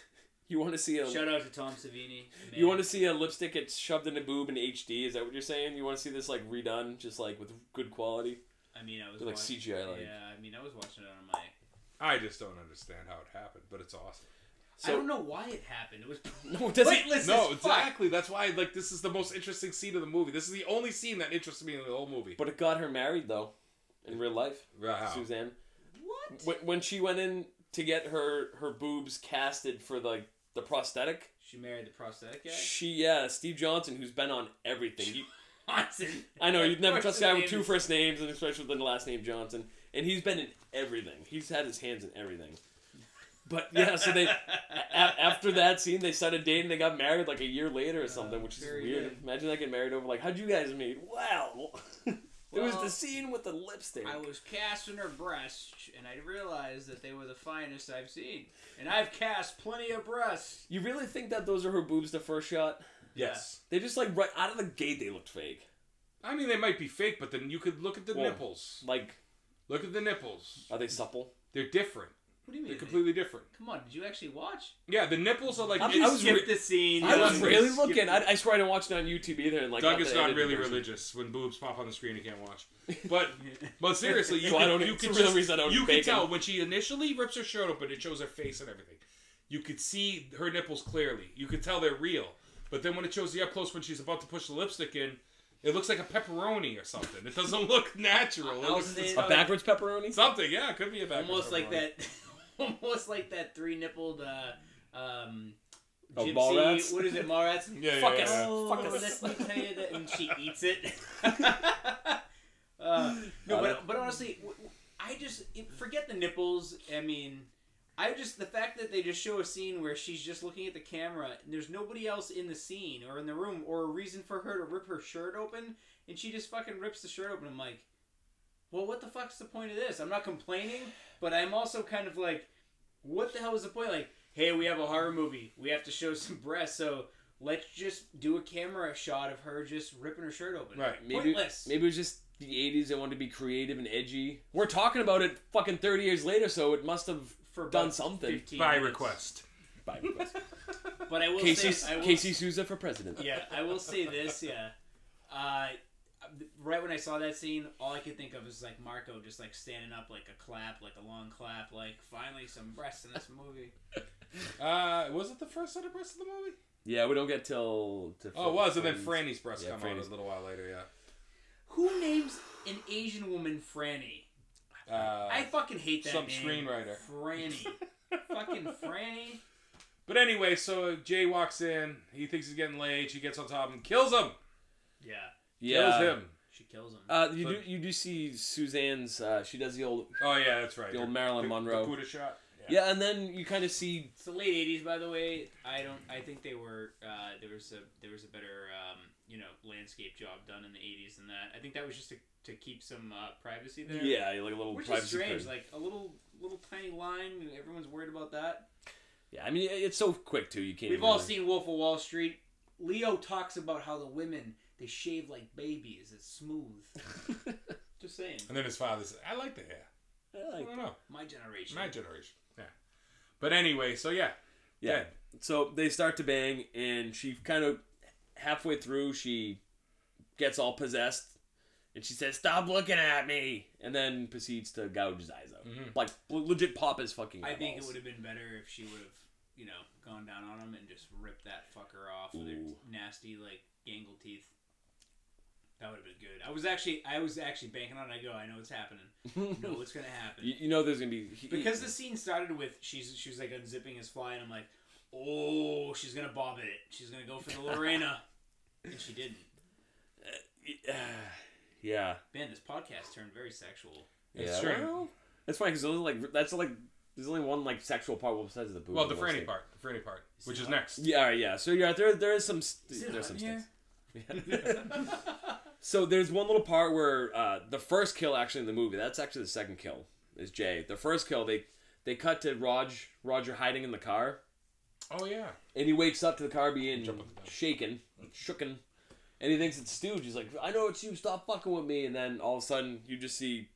Speaker 3: you want to see a?
Speaker 1: Shout out to Tom Savini.
Speaker 3: You want to see a lipstick that's shoved in a boob in HD? Is that what you're saying? You want to see this like redone, just like with good quality?
Speaker 1: I mean, I was
Speaker 3: They're like
Speaker 1: watching-
Speaker 3: CGI, like-
Speaker 1: Yeah, I mean, I was watching it on my
Speaker 2: I just don't understand how it happened, but it's awesome.
Speaker 1: I
Speaker 3: So-
Speaker 1: don't know why it happened. It was
Speaker 3: No, it doesn't.
Speaker 1: Weightless
Speaker 2: No,
Speaker 1: as fuck.
Speaker 2: exactly. That's why, like, this is the most interesting scene of the movie. This is the only scene that interests me in the whole movie.
Speaker 3: But it got her married though, in real life.
Speaker 2: Wow.
Speaker 3: Suzanne,
Speaker 1: What?
Speaker 3: when, when she went in to get her her boobs casted for like the prosthetic,
Speaker 1: She married the prosthetic guy.
Speaker 3: She, yeah, Steve Johnson, who's been on everything. You-
Speaker 1: Johnson.
Speaker 3: I know you'd never
Speaker 1: Of course
Speaker 3: trust a guy
Speaker 1: his
Speaker 3: with
Speaker 1: name
Speaker 3: two
Speaker 1: is-
Speaker 3: first names, and especially with the last name Johnson. And he's been in everything. He's had his hands in everything. But yeah, so they a- after that scene, they started dating. They got married like a year later or something,
Speaker 1: Uh,
Speaker 3: which is
Speaker 1: very
Speaker 3: weird.
Speaker 1: good.
Speaker 3: Imagine that getting married over like, how'd you guys meet? Wow. There was
Speaker 1: Well,
Speaker 3: the scene with the lipstick.
Speaker 1: I was casting her breasts, and I realized that they were the finest I've seen. And I've cast plenty of breasts.
Speaker 3: You really think that those are her boobs the first shot?
Speaker 2: Yes.
Speaker 3: They just like right out of the gate they looked fake.
Speaker 2: I mean, they might be fake, but then you could look at the
Speaker 3: Well-
Speaker 2: nipples.
Speaker 3: Like
Speaker 2: Look at the nipples.
Speaker 3: are they supple?
Speaker 2: They're different.
Speaker 1: What do you mean?
Speaker 2: They're completely different.
Speaker 1: Come on, did you actually watch?
Speaker 2: Yeah, the nipples are like.
Speaker 3: I'm-
Speaker 2: it's-
Speaker 3: I was re-
Speaker 1: the scene.
Speaker 3: I
Speaker 2: Yeah,
Speaker 3: was
Speaker 2: I'm
Speaker 3: really
Speaker 1: Skip
Speaker 3: looking.
Speaker 1: the-
Speaker 3: I, I swear I didn't watch it on YouTube either. And like
Speaker 2: Doug
Speaker 3: got
Speaker 2: is
Speaker 3: the
Speaker 2: not
Speaker 3: edited
Speaker 2: really
Speaker 3: version.
Speaker 2: religious. When boobs pop on the screen, he can't watch. But but seriously, you
Speaker 3: So I
Speaker 2: can,
Speaker 3: don't-
Speaker 2: you
Speaker 3: it's
Speaker 2: can
Speaker 3: the real
Speaker 2: just-
Speaker 3: reason I don't
Speaker 2: you can
Speaker 3: bake 'em.
Speaker 2: tell when she initially rips her shirt open, it shows her face and everything. You could see her nipples clearly. You could tell they're real. But then when it shows the up close when she's about to push the lipstick in, it looks like a pepperoni or something. It doesn't look natural. It
Speaker 1: I'll
Speaker 2: looks
Speaker 1: say
Speaker 2: it's
Speaker 3: A backwards pepperoni.
Speaker 2: something. Yeah, it could be a backwards.
Speaker 1: almost like
Speaker 2: pepperoni.
Speaker 1: that, almost like that three nippled. Uh, um,
Speaker 3: Oh,
Speaker 1: gypsy-
Speaker 3: Mallrats?
Speaker 1: What is it, Mallrats?
Speaker 2: Yeah, yeah,
Speaker 3: Fuck
Speaker 2: yeah,
Speaker 3: us.
Speaker 2: yeah.
Speaker 1: Oh,
Speaker 3: Fuck us.
Speaker 1: let me tell you that, and she eats it. uh, no,
Speaker 3: Got
Speaker 1: but,
Speaker 3: it.
Speaker 1: but honestly, w- w- I just it- forget the nipples. I mean, I just the fact that they just show a scene where she's just looking at the camera and there's nobody else in the scene or in the room or a reason for her to rip her shirt open, and she just fucking rips the shirt open. I'm like, well, what the fuck's the point of this? I'm not complaining, but I'm also kind of like, what the hell is the point? Like, hey, we have a horror movie, we have to show some breasts, so let's just do a camera shot of her just ripping her shirt open.
Speaker 2: Right.
Speaker 3: Maybe
Speaker 1: Pointless.
Speaker 3: maybe it was just the '80s. They wanted to be creative and edgy. We're talking about it fucking 30 years later, so it must have
Speaker 1: for
Speaker 3: done
Speaker 1: about
Speaker 3: something.
Speaker 1: 15
Speaker 2: By
Speaker 1: minutes.
Speaker 2: request.
Speaker 3: by request.
Speaker 1: But I will
Speaker 3: Casey
Speaker 1: say, I will,
Speaker 3: Casey Souza for president.
Speaker 1: yeah, I will say this, yeah. Uh, right when I saw that scene, all I could think of is like Marco just like standing up, like a clap, like a long clap, like finally some breasts in this movie.
Speaker 2: Uh, was it the first set of breasts of the movie?
Speaker 3: Yeah, we don't get till. To
Speaker 2: Oh, it was, and then
Speaker 3: Friends.
Speaker 2: Franny's breasts
Speaker 3: Yeah,
Speaker 2: come out
Speaker 3: Franny's-
Speaker 2: a little while later. Yeah.
Speaker 1: Who names an Asian woman Franny?
Speaker 2: Uh,
Speaker 1: I fucking hate that
Speaker 2: some
Speaker 1: name.
Speaker 2: screenwriter.
Speaker 1: Franny. fucking Franny.
Speaker 2: But anyway, so Jay walks in. He thinks he's getting laid. She gets on top of him, kills him,
Speaker 1: Yeah,
Speaker 3: Yeah.
Speaker 2: kills him.
Speaker 1: she kills him.
Speaker 3: Uh, you
Speaker 2: But-
Speaker 3: do you do see Suzanne's. Uh, she does the old
Speaker 2: Oh yeah, that's right.
Speaker 3: the old Marilyn Monroe.
Speaker 2: The, the shot.
Speaker 3: yeah. and then you kind of see
Speaker 1: It's the late '80s, by the way. I don't. I think they were. Uh, there was a there was a better um, you know landscape job done in the '80s than that. I think that was just to, to keep some uh, privacy there.
Speaker 3: yeah, like a little
Speaker 1: which
Speaker 3: privacy
Speaker 1: is strange.
Speaker 3: curtain.
Speaker 1: Like a little little tiny line. and Everyone's worried about that.
Speaker 3: yeah, I mean it- it's so quick too. You can't.
Speaker 1: We've
Speaker 3: even
Speaker 1: all
Speaker 3: really-
Speaker 1: seen Wolf of Wall Street. Leo talks about how the women they shave like babies. It's smooth. just saying.
Speaker 2: And then his father says, "I like the hair.
Speaker 3: Yeah,
Speaker 2: I
Speaker 3: like-
Speaker 2: don't know.
Speaker 1: My generation.
Speaker 2: My generation." Yeah. But anyway, so yeah,
Speaker 3: yeah.
Speaker 2: Dead.
Speaker 3: So they start to bang, and she kind of halfway through she gets all possessed, and she says, "Stop looking at me," and then proceeds to gouge his eyes out,
Speaker 2: Mhm.
Speaker 3: like l- legit pop his fucking.
Speaker 1: Mm. I think it
Speaker 3: eyeballs.
Speaker 1: would have been better if she would have, you know, gone down on him and just ripped that fucker off with her
Speaker 3: Ooh.
Speaker 1: nasty like gangle teeth. That would have been good. I was actually, I was actually banking on. it. I go, I know what's happening. I know what's gonna happen
Speaker 3: You, you know, there's gonna be he-
Speaker 1: because the scene started with she's she was like unzipping his fly, and I'm like, oh, she's gonna bob it. She's gonna go for the Lorena, and she didn't.
Speaker 3: yeah.
Speaker 1: Man, this podcast turned very sexual.
Speaker 2: it's
Speaker 3: yeah.
Speaker 2: true.
Speaker 3: Well, that's fine because like that's like there's only one like sexual part besides the boob.
Speaker 2: Well, the
Speaker 3: Let's
Speaker 2: Franny
Speaker 3: see.
Speaker 2: part, the Franny part,
Speaker 1: Is
Speaker 2: which
Speaker 1: it
Speaker 2: is
Speaker 1: hot?
Speaker 2: next.
Speaker 3: Yeah, all right, yeah. So yeah, there there is some
Speaker 1: Is
Speaker 3: st-
Speaker 1: it
Speaker 3: there's
Speaker 1: hot
Speaker 3: some
Speaker 1: in
Speaker 3: sticks. so there's one little part where uh, the first kill actually in the movie. That's actually the second kill is Jay. The first kill they they cut to Rog Roger hiding in the car
Speaker 2: Oh yeah.
Speaker 3: and he wakes up to the car being
Speaker 2: Jump on the bed.
Speaker 3: shaken, shooken, and he thinks it's Stooge. He's like, I know it's you. Stop fucking with me. And then all of a sudden you just see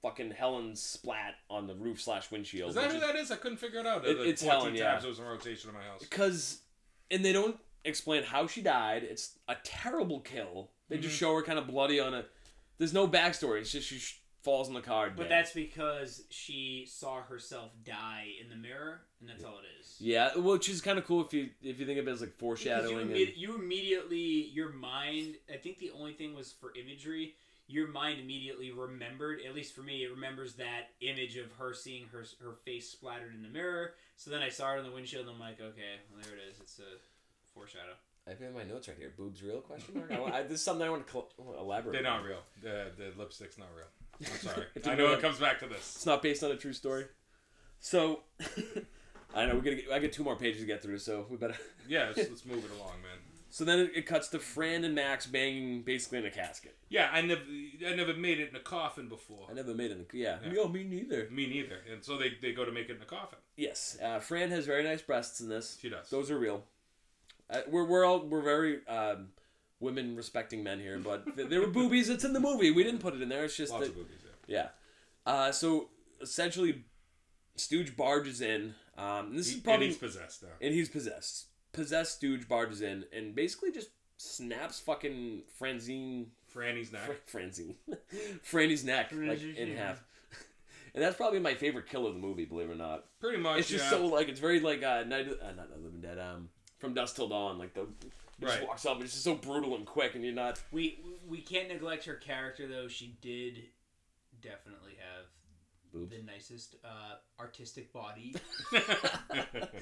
Speaker 3: fucking Helen splat on the roof slash windshield.
Speaker 2: Is that
Speaker 3: which
Speaker 2: who
Speaker 3: is-
Speaker 2: that is? I couldn't figure it out.
Speaker 3: It-
Speaker 2: Like
Speaker 3: it's
Speaker 2: 14
Speaker 3: Helen, yeah.
Speaker 2: times it was in rotation in my house.
Speaker 3: because and they don't explain how she died. It's a terrible kill. They
Speaker 1: Mhm.
Speaker 3: just show her kind of bloody on a. There's no backstory. It's just she sh- falls in the car.
Speaker 1: But
Speaker 3: dead.
Speaker 1: that's because she saw herself die in the mirror, and that's all it is.
Speaker 3: yeah, which is kind of cool if you if you think of it as like
Speaker 1: Because you,
Speaker 3: foreshadowing.
Speaker 1: imme-
Speaker 3: and,
Speaker 1: you immediately, your mind, I think the only thing was for imagery, your mind immediately remembered, at least for me, it remembers that image of her seeing her, her face splattered in the mirror. So then I saw it on the windshield, and I'm like, okay, well, there it is. It's a foreshadow.
Speaker 3: I've got my notes right here. Boobs real question mark. I, wa- I, this is something I want to cl- I wanna elaborate.
Speaker 2: They're
Speaker 3: on.
Speaker 2: not real. The the lipstick's not real. I'm sorry.
Speaker 3: It's
Speaker 2: I
Speaker 3: a
Speaker 2: know
Speaker 3: real-
Speaker 2: it comes back to this.
Speaker 3: It's not based on a true story. So, I know we're gonna. Get, I got two more pages to get through, so we better.
Speaker 2: Yeah, let's, let's move it along, man.
Speaker 3: So then it, it cuts to Fran and Max banging basically in a casket.
Speaker 2: Yeah, I never, I never made it in a coffin before.
Speaker 3: I never made it. In, yeah.
Speaker 2: Yeah.
Speaker 3: No, me neither.
Speaker 2: Me neither. And so they, they go to make it in a coffin.
Speaker 3: Yes. Uh, Fran has very nice breasts in this.
Speaker 2: She does.
Speaker 3: Those are real. Uh, we're we're all we're very um, women respecting men here, but th- there were boobies. It's in the movie. We didn't put it in there. It's just
Speaker 2: Lots
Speaker 3: that
Speaker 2: of boobies there.
Speaker 3: yeah. Uh, so essentially, Stooge barges in. Um, this is
Speaker 2: He, and
Speaker 3: probably
Speaker 2: he's possessed now.
Speaker 3: and he's possessed. Possessed Stooge barges in and basically just snaps fucking Franzine
Speaker 2: Franny's not.
Speaker 3: Fra- Franzine Franny's neck like in
Speaker 1: Franzine.
Speaker 3: half. And that's probably my favorite kill of the movie, believe it or not
Speaker 2: Pretty much.
Speaker 3: it's just
Speaker 2: yeah.
Speaker 3: so like it's very like uh, night of, uh not Night of the Living Dead um from dusk till dawn like the he just
Speaker 2: Right.
Speaker 3: walks up it's just so brutal and quick and you're not
Speaker 1: We we can't neglect her character though. She did definitely have
Speaker 3: Boobs.
Speaker 1: the nicest uh, artistic body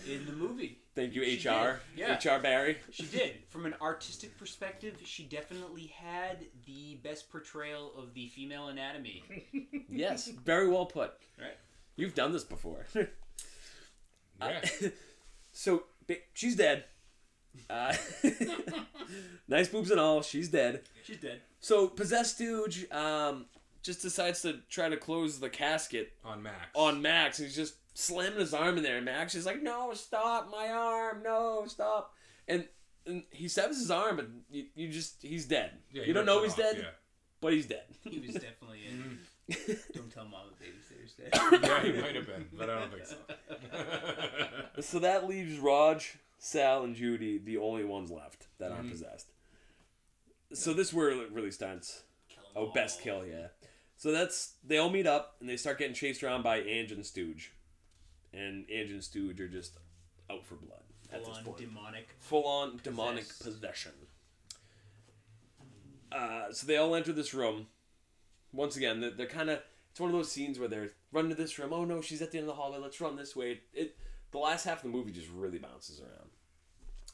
Speaker 1: in the movie.
Speaker 3: thank you
Speaker 1: She
Speaker 3: HR
Speaker 1: did, yeah.
Speaker 3: HR Barry
Speaker 1: She did. From an artistic perspective, she definitely had the best portrayal of the female anatomy.
Speaker 3: yes very well put
Speaker 1: Right.
Speaker 3: you've done this before Uh,
Speaker 2: yeah.
Speaker 3: so ba- she's dead uh, nice boobs and all she's dead
Speaker 1: She's dead.
Speaker 3: so possessed dude um just decides to try to close the casket
Speaker 2: on Max.
Speaker 3: on Max and he's just slamming his arm in there. And Max is like, "No, stop my arm! No, stop!" And, and he severs his arm, and you, you just he's dead.
Speaker 2: Yeah, he
Speaker 3: you don't
Speaker 2: rips
Speaker 3: know
Speaker 2: it
Speaker 3: he's
Speaker 2: off,
Speaker 3: dead,
Speaker 2: Yeah.
Speaker 3: but he's dead.
Speaker 1: He was definitely in. Don't tell mom the babysitter's dead.
Speaker 2: yeah, he might have been, but I don't think so.
Speaker 3: so that leaves Raj, Sal, and Judy the only ones left that
Speaker 2: Mm-hmm.
Speaker 3: aren't possessed. So this where it really starts.
Speaker 1: Kill 'em
Speaker 3: Oh,
Speaker 1: all.
Speaker 3: best kill, yeah. So that's they all meet up and they start getting chased around by Ange and Stooge, and Ange and Stooge are just out for blood at
Speaker 1: Full
Speaker 3: this
Speaker 1: on
Speaker 3: point.
Speaker 1: demonic.
Speaker 3: full on demonic
Speaker 1: Possessed.
Speaker 3: possession. Uh, so they all enter this room. Once again, they're, they're kind of. It's one of those scenes where they're run to this room. Oh no, she's at the end of the hallway. Let's run this way. It. The last half of the movie just really bounces around,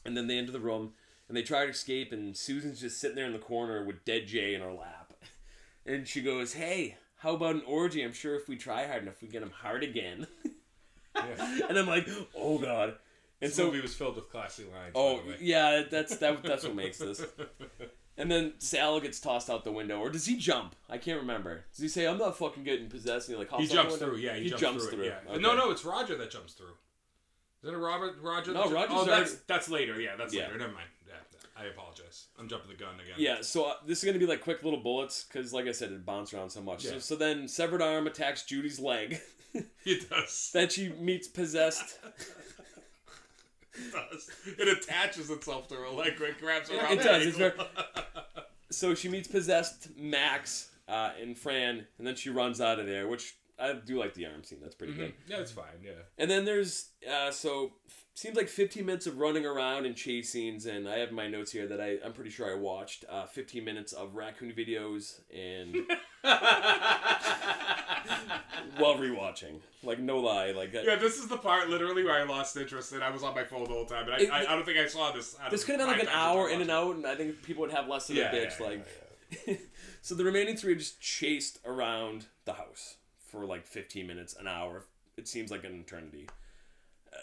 Speaker 3: and then they enter the room and they try to escape. And Susan's just sitting there in the corner with dead Jay in her lap, and she goes, "Hey, how about an orgy? I'm sure if we try hard enough, we get him hard again."
Speaker 2: Yeah.
Speaker 3: and I'm like, "Oh god." And
Speaker 2: This movie was filled with classy lines.
Speaker 3: Oh
Speaker 2: by the way.
Speaker 3: yeah, that's that, that's what makes this. And then Sal gets tossed out the window, or does he jump? I can't remember. Does he say, "I'm not fucking getting possessed"? And he like hops
Speaker 2: He
Speaker 3: out the
Speaker 2: jumps
Speaker 3: window?
Speaker 2: through. Yeah, he, jumps, through. it, Yeah.
Speaker 3: Okay.
Speaker 2: No, no, it's Roger that jumps through. Is it a Robert Roger?
Speaker 3: No,
Speaker 2: that ju-
Speaker 3: Roger's
Speaker 2: Oh, that's
Speaker 3: already-
Speaker 2: that's later. Yeah, that's
Speaker 3: Yeah.
Speaker 2: later. Never mind. Yeah, I apologize. I'm jumping the gun again.
Speaker 3: Yeah, so uh, this is gonna be like quick little bullets because, like I said, it bounced around so much. So,
Speaker 2: Yeah.
Speaker 3: so then severed arm attacks Judy's leg.
Speaker 2: it does.
Speaker 3: then she meets possessed.
Speaker 2: It does. It attaches itself to her leg. It grabs her. around
Speaker 3: it
Speaker 2: the
Speaker 3: does. It's very...
Speaker 2: ankle.
Speaker 3: So she meets possessed Max uh, and Fran, and then she runs out of there. Which I do like the arm scene. That's pretty good.
Speaker 2: Yeah, it's fine. Yeah.
Speaker 3: And then there's uh, so f- seems like 15 minutes of running around and chase scenes, and I have my notes here that I I'm pretty sure I watched uh, 15 minutes of raccoon videos and while rewatching, like no lie, like that.
Speaker 2: Yeah, this is the part literally where I lost interest and I was on my phone the whole time. And I,
Speaker 3: It-
Speaker 2: I, I don't think I saw this. out of
Speaker 3: This could have been
Speaker 2: five
Speaker 3: like an
Speaker 2: times I
Speaker 3: hour
Speaker 2: watched
Speaker 3: in and
Speaker 2: it.
Speaker 3: out, and I think people would have less of a
Speaker 2: Yeah, yeah,
Speaker 3: bitch.
Speaker 2: yeah,
Speaker 3: like, so the remaining three are just chased around the house for like 15 minutes, an hour. It seems like an eternity. Uh,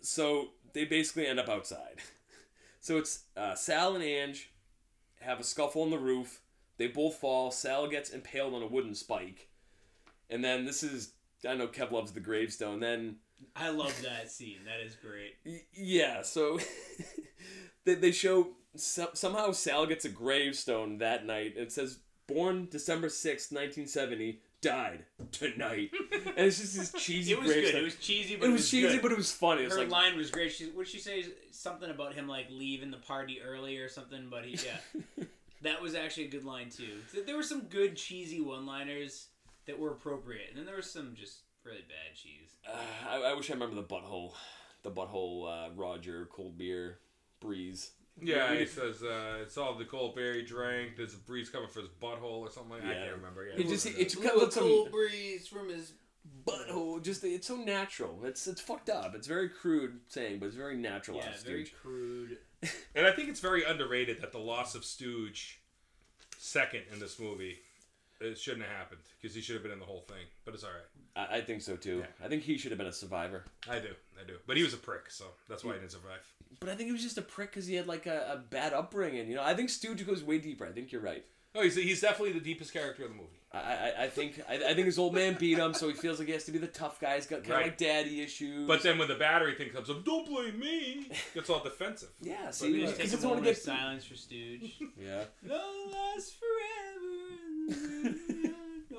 Speaker 3: so they basically end up outside. So it's uh, Sal and Ange have a scuffle on the roof. They both fall. Sal gets impaled on a wooden spike, and then this is I know Kev loves the gravestone. Then
Speaker 1: I love that scene. That is great.
Speaker 3: Y- Yeah, so they, they show so, somehow Sal gets a gravestone that night. It says, "Born December sixth, nineteen seventy, died tonight," and it's just this cheesy
Speaker 1: It was good.
Speaker 3: gravestone.
Speaker 1: It was cheesy,
Speaker 3: It
Speaker 1: but it,
Speaker 3: was cheesy,
Speaker 1: good.
Speaker 3: but it was funny. It's
Speaker 1: her
Speaker 3: like
Speaker 1: line was great. She what did she say? Something about him like leaving the party early or something. But he, yeah, that was actually a good line too. Th- There were some good cheesy one-liners that were appropriate, and then there was some just really bad cheese.
Speaker 3: uh, I, I wish I remember the butthole, the butthole uh, Roger cold beer breeze.
Speaker 2: Yeah,
Speaker 3: We- we
Speaker 2: he
Speaker 3: did-
Speaker 2: says uh, it's all the cold berry drank. There's a breeze coming from his butthole or something like that.
Speaker 3: Yeah.
Speaker 2: I can't remember. Yeah,
Speaker 3: He
Speaker 2: it
Speaker 3: just
Speaker 2: was- uh,
Speaker 3: it kind of looks some
Speaker 1: breeze from his.
Speaker 3: butthole. Just it's so natural. It's it's fucked up. It's very crude saying, but it's very natural.
Speaker 1: Yeah, very crude.
Speaker 2: and I think it's very underrated that the loss of Stooge second in this movie it shouldn't have happened because he should have been in the whole thing. But it's all right.
Speaker 3: I, I think so too.
Speaker 2: Yeah.
Speaker 3: I think he should have been a survivor.
Speaker 2: I do, I do. But he was a prick, so that's why he didn't survive.
Speaker 3: But I think he was just a prick because he had like a, a bad upbringing. You know, I think Stooge goes way deeper. I think you're right.
Speaker 2: No, he's he's definitely the deepest character of the movie.
Speaker 3: I, I, I think I, I think his old man beat him, so he feels like he has to be the tough guy. He's got kind of
Speaker 2: Right.
Speaker 3: like daddy issues.
Speaker 2: But then when the battery thing comes up, don't blame me. Gets all defensive.
Speaker 3: yeah,
Speaker 2: But
Speaker 3: see,
Speaker 2: he
Speaker 1: We
Speaker 2: Yeah.
Speaker 1: just
Speaker 3: he
Speaker 1: take a
Speaker 3: doesn't want
Speaker 1: moment
Speaker 3: to
Speaker 1: of
Speaker 3: get
Speaker 1: silence for Stooge.
Speaker 3: yeah.
Speaker 1: Love lasts forever.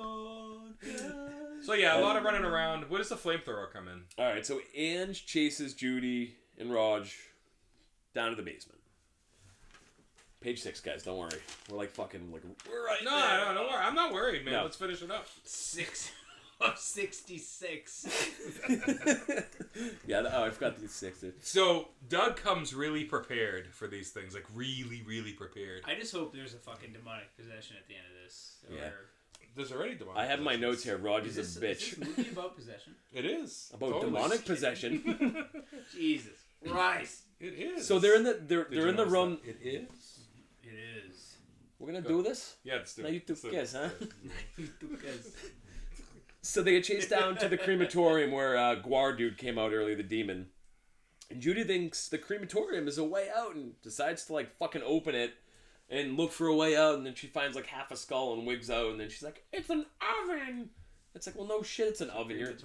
Speaker 1: Oh, God.
Speaker 2: So yeah, a lot of running around. Where does the flamethrower come in?
Speaker 3: All right, so Ange chases Judy and Raj down to the basement. Page six, guys. Don't worry, we're like fucking like we're right.
Speaker 2: No,
Speaker 3: there.
Speaker 2: no, don't worry. I'm not worried, man.
Speaker 3: No.
Speaker 2: Let's finish it up.
Speaker 1: Six of sixty-six.
Speaker 3: yeah, oh, I forgot the six. dude.
Speaker 2: So Doug comes really prepared for these things, like really, really prepared.
Speaker 1: I just hope there's a fucking demonic possession at the end of this.
Speaker 3: Yeah.
Speaker 1: Or-
Speaker 2: There's already demonic.
Speaker 3: I have my
Speaker 2: possessions.
Speaker 3: notes here. Raj is,
Speaker 1: this,
Speaker 3: a
Speaker 1: Is
Speaker 3: bitch.
Speaker 1: this movie about possession?
Speaker 2: It is
Speaker 3: About
Speaker 2: Totally.
Speaker 3: demonic possession.
Speaker 1: Jesus Christ!
Speaker 2: It is.
Speaker 3: so they're in the they're,
Speaker 2: Did
Speaker 3: they're
Speaker 2: you
Speaker 3: in the
Speaker 2: notice
Speaker 3: room.
Speaker 2: that? It is.
Speaker 1: It is.
Speaker 3: We're gonna
Speaker 2: Go.
Speaker 3: do this.
Speaker 2: Yeah, it's
Speaker 3: Now you two
Speaker 2: it's the-
Speaker 3: guess, huh?
Speaker 1: Because
Speaker 3: So they get chased down to the crematorium where uh, Guar dude came out earlier, the demon. And Judy thinks the crematorium is a way out and decides to like fucking open it and look for a way out. And then she finds like half a skull and wigs out. And then she's like, "It's an oven." It's like, well, no shit, it's an oven. You're, it's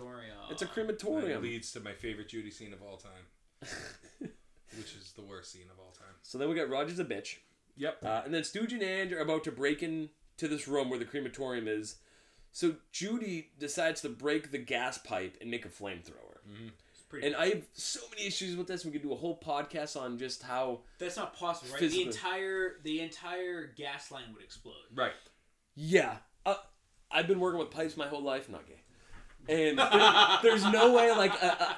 Speaker 3: a
Speaker 2: It
Speaker 3: crematorium.
Speaker 2: leads to my favorite Judy scene of all time, which is the worst scene of all time.
Speaker 3: So then we got Roger's a bitch.
Speaker 2: Yep.
Speaker 3: Uh, and then Stooge and Ange are about to break into this room where the crematorium is. So Judy decides to break the gas pipe and make a flamethrower.
Speaker 1: It's pretty.
Speaker 3: And I have so many issues with this. We could do a whole podcast on just how.
Speaker 1: That's not possible, right?
Speaker 3: Physically.
Speaker 1: The entire the entire gas line would explode.
Speaker 2: Right.
Speaker 3: Yeah, uh, I've been working with pipes my whole life. Not gay. And there- there's no way like a, a,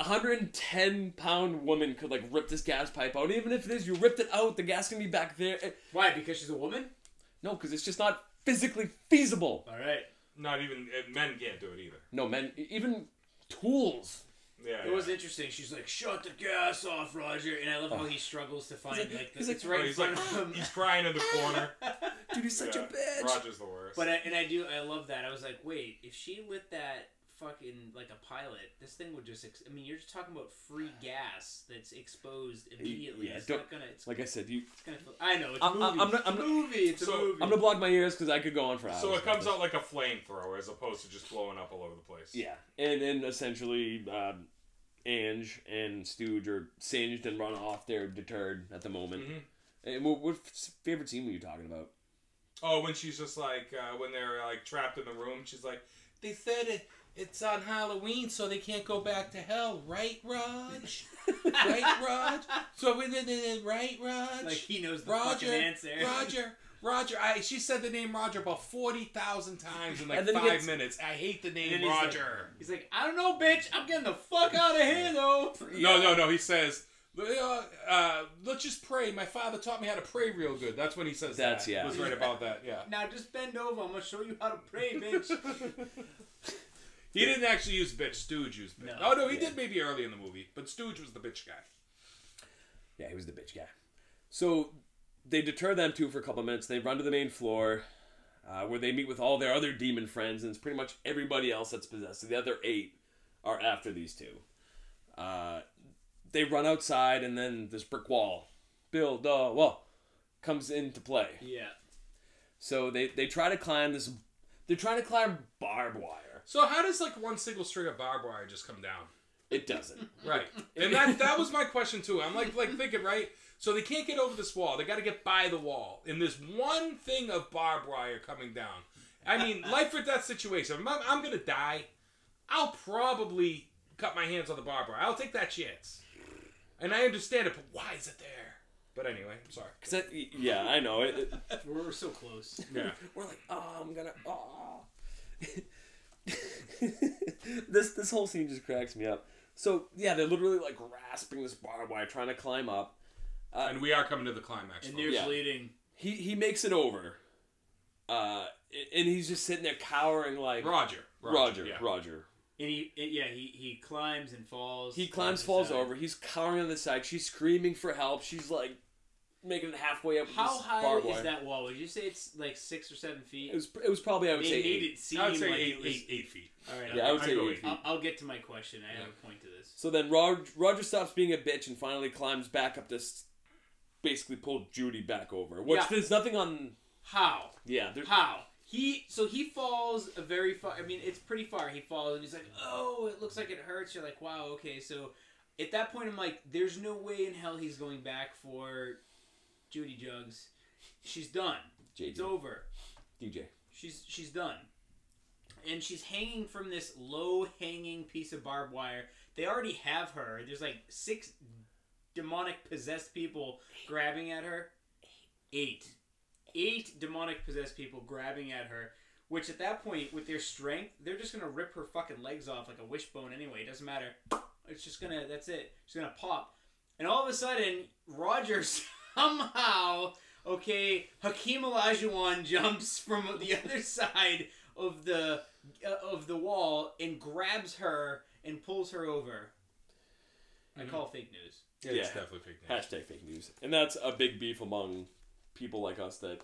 Speaker 3: a 110 pound woman could like rip this gas pipe out. Even if it is, you ripped it out, the gas can be back there. Eh,
Speaker 1: Why? Because she's a woman.
Speaker 3: No, because it's just not physically feasible.
Speaker 1: All right.
Speaker 2: Not even uh, men can't do it either.
Speaker 3: No, men, e- even tools.
Speaker 2: Yeah.
Speaker 1: It was interesting. She's like, "Shut the gas off, Roger," and I love how he struggles to find
Speaker 3: Oh. He's
Speaker 1: like,
Speaker 3: like-
Speaker 1: the,
Speaker 3: he's like- "Ah."
Speaker 1: it's right in
Speaker 2: he's like
Speaker 1: front of him.
Speaker 2: he's crying in the corner.
Speaker 3: Dude, he's such a
Speaker 2: Yeah.
Speaker 3: bitch.
Speaker 2: Roger's the worst.
Speaker 1: But I, and I do I love that. I was like, wait, if she lit that fucking like a pilot, this thing would just. Ex- I mean, you're just talking about free gas that's exposed immediately.
Speaker 3: yeah,
Speaker 1: it's
Speaker 3: don't-
Speaker 1: not gonna. It's,
Speaker 3: Like I said, you.
Speaker 1: it's gonna. I know it's
Speaker 3: I'm-
Speaker 1: movie.
Speaker 3: I'm- I'm not- I'm
Speaker 1: it's a
Speaker 3: not-
Speaker 1: movie. It's
Speaker 2: So,
Speaker 1: a movie.
Speaker 3: I'm gonna block my ears because I could go on for hours.
Speaker 2: so it
Speaker 3: about
Speaker 2: comes
Speaker 3: this.
Speaker 2: out like a flamethrower as opposed to just blowing up all over the place.
Speaker 3: Yeah, and then essentially, um, Ange and Stooge are singed and run off. They're deterred at the moment.
Speaker 2: Mhm.
Speaker 3: And what, what f- favorite scene were you talking about?
Speaker 2: Oh, when she's just like uh, when they're like trapped in the room, she's like, "They said it, it's on Halloween, so they can't go back to hell, right, Raj? right, Raj? So we did it, right, Raj?
Speaker 1: like he knows the
Speaker 2: Roger,
Speaker 1: fucking answer.
Speaker 2: Roger, Roger. I she said the name Roger about forty thousand times in like
Speaker 3: And then he
Speaker 2: five
Speaker 3: gets-
Speaker 2: minutes. I hate the
Speaker 1: And then
Speaker 2: name
Speaker 1: he's like-
Speaker 2: Roger.
Speaker 1: He's like, I don't know, bitch. I'm getting the fuck out of here though.
Speaker 2: No, no, no. He says. Uh, uh, let's just pray. My father taught me how to pray real good. That's when he says
Speaker 3: That's-
Speaker 2: that.
Speaker 3: yeah.
Speaker 2: was right about that. Yeah.
Speaker 1: Now just bend over. I'm gonna show you how to pray, bitch.
Speaker 2: He didn't actually use bitch. Stooge used bitch.
Speaker 1: No.
Speaker 2: oh no, he
Speaker 3: Yeah.
Speaker 2: did maybe early in the movie, but Stooge was the bitch guy.
Speaker 3: Yeah, he was the bitch guy. So they deter them too for a couple minutes. They run to the main floor, uh, where they meet with all their other demon friends, and it's pretty much everybody else that's possessed. So the other eight are after these two. Uh, they run outside, and then this brick wall, build a wall, comes into play.
Speaker 1: yeah.
Speaker 3: So they they try to climb this. They're trying to climb barbed wire.
Speaker 2: So how does like one single string of barbed wire just come down?
Speaker 3: It doesn't.
Speaker 2: Right. And that that was my question too. I'm like like thinking right. So they can't get over this wall. They got to get by the wall. And this one thing of barbed wire coming down. I mean, life or death situation. If I'm, I'm gonna die. I'll probably cut my hands on the barbed wire. I'll take that chance. And I understand it, but why is it there? But anyway, I'm sorry.
Speaker 3: 'Cause that- yeah, I know. It, it-
Speaker 1: We're, we're so close.
Speaker 2: Yeah.
Speaker 3: we're like, oh, I'm gonna. Oh. this this whole scene just cracks me up. So yeah, they're literally like grasping this barbed wire, trying to climb up.
Speaker 2: And we are coming to the climax.
Speaker 1: And
Speaker 2: folks.
Speaker 1: there's
Speaker 3: Yeah.
Speaker 1: bleeding.
Speaker 3: He he makes it over, uh, and he's just sitting there cowering like
Speaker 2: Roger.
Speaker 3: Roger,
Speaker 2: yeah.
Speaker 3: Roger.
Speaker 1: And he, it, yeah, he, he climbs and falls.
Speaker 3: He climbs,
Speaker 1: the
Speaker 3: falls
Speaker 1: side.
Speaker 3: over. He's cowering on the side. She's screaming for help. She's like, making it halfway up. with
Speaker 1: How
Speaker 3: this barbed
Speaker 1: high
Speaker 3: wire.
Speaker 1: is that wall? Would you say it's like six or seven feet?
Speaker 3: It was. It was probably I would
Speaker 1: they
Speaker 3: say
Speaker 1: made
Speaker 3: eight.
Speaker 1: it seem
Speaker 2: I would say
Speaker 1: like
Speaker 2: eight,
Speaker 1: it was.
Speaker 2: eight, eight feet.
Speaker 1: All right,
Speaker 3: Yeah, I
Speaker 1: I'll,
Speaker 3: would say
Speaker 2: I'd go
Speaker 3: eight
Speaker 2: eight
Speaker 3: feet.
Speaker 2: feet.
Speaker 1: I'll, I'll get to my question. I have a point to this.
Speaker 3: So then Roger, Roger stops being a bitch and finally climbs back up to s- basically pull Judy back over. Which
Speaker 1: Yeah.
Speaker 3: there's nothing on.
Speaker 1: How?
Speaker 3: Yeah, there,
Speaker 1: How? He so he falls a very far. I mean, it's pretty far. He falls and he's like, "Oh, it looks like it hurts." You're like, "Wow, okay." So at that point, I'm like, "There's no way in hell he's going back for Judy Jugs. She's done. It's
Speaker 3: JD,
Speaker 1: over.
Speaker 3: DJ.
Speaker 1: She's she's done." And she's hanging from this low hanging piece of barbed wire. They already have her. There's like six demonic possessed people grabbing at her. Eight eight demonic possessed people grabbing at her, which at that point, with their strength, they're just gonna rip her fucking legs off like a wishbone anyway. It doesn't matter. It's just gonna, that's it. She's gonna pop. And all of a sudden, Roger somehow, okay, Hakeem Olajuwon jumps from the other side of the uh, of the wall and grabs her and pulls her over. I call fake news.
Speaker 2: Yeah,
Speaker 3: Yeah.
Speaker 2: it's definitely fake news.
Speaker 3: Hashtag fake news. And that's a big beef among people like us that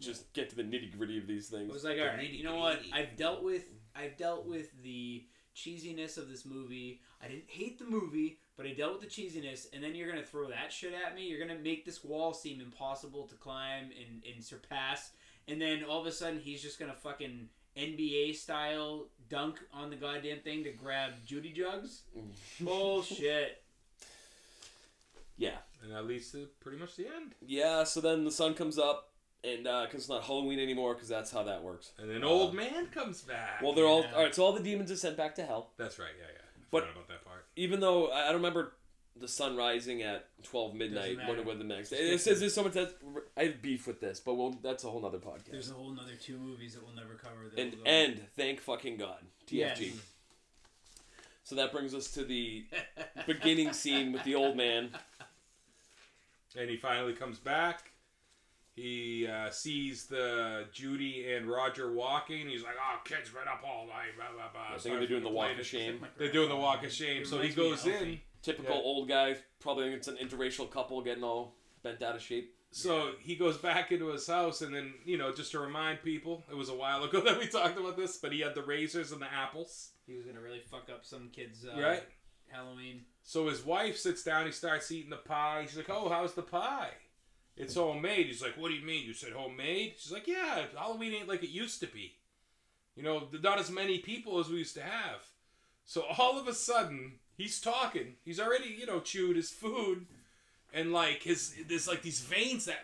Speaker 3: just get to the nitty gritty of these
Speaker 1: It
Speaker 3: things.
Speaker 1: was like, all right, you know what? I've dealt with I've dealt with the cheesiness of this movie. I didn't hate the movie, but I dealt with the cheesiness, and then you're gonna throw that shit at me. You're gonna make this wall seem impossible to climb and, and surpass, and then all of a sudden he's just gonna fucking NBA style dunk on the goddamn thing to grab Judy Jugs.
Speaker 3: Mm.
Speaker 1: Bullshit.
Speaker 3: Yeah.
Speaker 2: And that leads to pretty much the end.
Speaker 3: Yeah, so then the sun comes up, and because it's not Halloween anymore, because that's how that works.
Speaker 2: And an
Speaker 3: Uh,
Speaker 2: old man comes back.
Speaker 3: Well, they're all.
Speaker 1: Yeah.
Speaker 3: Alright, so all the demons are sent back to hell.
Speaker 2: That's right. Yeah, yeah. I
Speaker 3: But-
Speaker 2: forgot about that part.
Speaker 3: Even though I I don't remember the sun rising at 12 midnight,
Speaker 1: matter.
Speaker 3: wonder what the next. It, it says there's so much that. I have beef with this, but well, that's a whole nother podcast.
Speaker 1: There's a whole nother two movies that we'll never cover. That
Speaker 3: and
Speaker 1: we'll go-
Speaker 3: and thank fucking god tfg
Speaker 1: Yes.
Speaker 3: so that brings us to the beginning scene with the old man
Speaker 2: And he finally comes back. He uh, sees the Judy and Roger walking. He's like, "Oh, kids been up all night." Blah blah blah.
Speaker 3: i think they're doing the walk of shame
Speaker 2: They're doing the walk of shame.
Speaker 1: It
Speaker 2: So he
Speaker 1: reminds me of
Speaker 2: goes
Speaker 1: Alfie.
Speaker 2: in.
Speaker 3: typical
Speaker 2: Yeah.
Speaker 3: old guy probably think it's an interracial couple getting all bent out of shape
Speaker 2: So he goes back into his house, and then you know, just to remind people, it was a while ago that we talked about this, but he had the razors and the apples,
Speaker 1: He was gonna really fuck up some kids' uh,
Speaker 2: right?
Speaker 1: Halloween.
Speaker 2: So his wife sits down, he starts eating the pie. She's like, Oh, how's the pie? It's homemade. He's like, What do you mean? You said homemade? She's like, Yeah, Halloween ain't like it used to be. You know, th- not as many people as we used to have. So all of a sudden, he's talking. He's already, you know, chewed his food. And like his there's like these veins that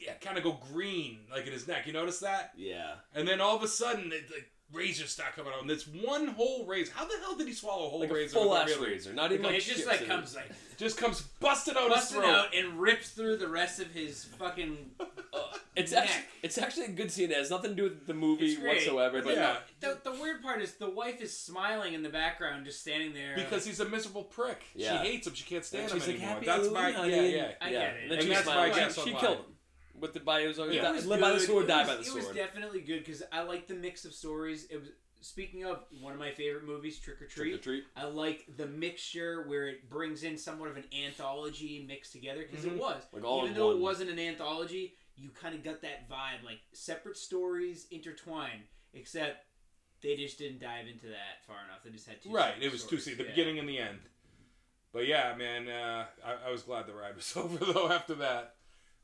Speaker 2: yeah, kind of go green, like in his neck. You notice that?
Speaker 3: yeah
Speaker 2: And then all of a sudden, it, like razors start coming out. And it's one whole razor. How the hell did he swallow a whole
Speaker 3: like a
Speaker 2: razor? with
Speaker 3: full ass
Speaker 2: real-
Speaker 3: razor not even like
Speaker 1: it just
Speaker 3: shits
Speaker 1: like
Speaker 3: in
Speaker 1: comes like
Speaker 2: just comes busted out
Speaker 1: busts
Speaker 2: his
Speaker 1: it
Speaker 2: throat.
Speaker 1: out and rips through the rest of his fucking.
Speaker 3: it. it's
Speaker 1: neck.
Speaker 3: actually it's actually a good scene it has nothing to do with the movie
Speaker 1: It's great.
Speaker 3: whatsoever but
Speaker 2: Yeah.
Speaker 1: The, the weird part is the wife is smiling in the background, just standing there.
Speaker 2: Because he's a miserable prick.
Speaker 3: Yeah.
Speaker 2: She hates him. She can't stand
Speaker 3: she's
Speaker 2: him
Speaker 3: like,
Speaker 2: anymore.
Speaker 3: "Happy
Speaker 2: That's
Speaker 3: Halloween,
Speaker 2: my
Speaker 3: honey."
Speaker 2: yeah, yeah.
Speaker 1: I
Speaker 3: yeah
Speaker 1: get it.
Speaker 3: and then
Speaker 2: And
Speaker 3: she
Speaker 2: that's my
Speaker 3: smiled
Speaker 2: guess
Speaker 3: she,
Speaker 2: on
Speaker 3: she
Speaker 2: why.
Speaker 3: killed him with the bios
Speaker 2: Yeah.
Speaker 1: It was
Speaker 3: live by the
Speaker 1: good.
Speaker 3: sword
Speaker 1: It
Speaker 3: die
Speaker 1: was-
Speaker 3: by the sword
Speaker 1: It was definitely good because I like the mix of stories. It was speaking of one of my favorite movies, Trick or
Speaker 3: Trick or
Speaker 1: Treat.
Speaker 3: treat
Speaker 1: I like the mixture where it brings in somewhat of an anthology mixed together because
Speaker 3: Mm-hmm.
Speaker 2: Mhm.
Speaker 1: it was.
Speaker 3: Like all
Speaker 1: Even
Speaker 3: in
Speaker 1: though
Speaker 3: one.
Speaker 1: it wasn't an anthology, you kind of got that vibe like separate stories intertwined, except they just didn't dive into that far enough. They just had two.
Speaker 2: Right.
Speaker 1: separate
Speaker 2: It was two
Speaker 1: stories.
Speaker 2: seat, the
Speaker 1: Yeah.
Speaker 2: beginning and the end. But yeah, man, uh, I, I was glad the ride was over though. After that,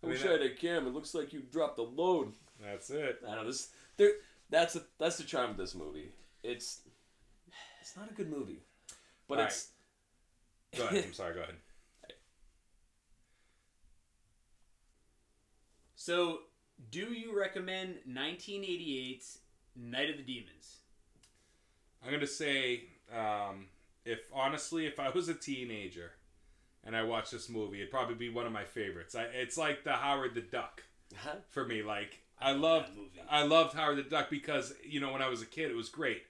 Speaker 2: I
Speaker 3: I
Speaker 2: mean,
Speaker 3: wish I had a cam. It looks like you dropped a load.
Speaker 2: that's it.
Speaker 3: I don't know. This there. That's a, that's the charm of this movie. It's it's not a good movie, but
Speaker 2: Alright.
Speaker 3: it's
Speaker 2: Go ahead. I'm sorry. Go ahead.
Speaker 1: So, do you recommend 1988's Night of the Demons?
Speaker 2: I'm gonna say, um, if honestly, if I was a teenager and I watched this movie, it'd probably be one of my favorites. I, it's like the Howard the Duck. for me. Like I loved,
Speaker 1: that movie.
Speaker 2: I loved Howard the Duck because you know when I was a kid, it was great.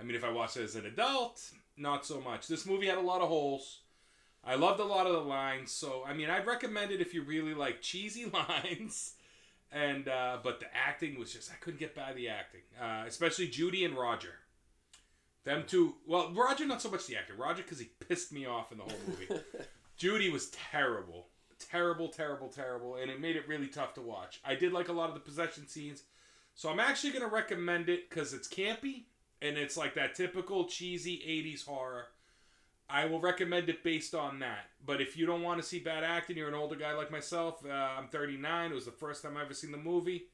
Speaker 2: I mean, if I watched it as an adult, not so much. This movie had a lot of holes. I loved a lot of the lines, so I mean, I'd recommend it if you really like cheesy lines. And uh, but the acting was just I couldn't get by the acting, uh, especially Judy and Roger. Them two, well, Roger not so much the actor. Roger because he pissed me off in the whole movie. Judy was terrible, terrible, terrible, terrible, and it made it really tough to watch. I did like a lot of the possession scenes, so I'm actually going to recommend it because it's campy and it's like that typical cheesy 80s horror. I will recommend it based on that. But if you don't want to see bad acting, you're an older guy like myself. Uh, I'm 39. It was the first time I ever seen the movie.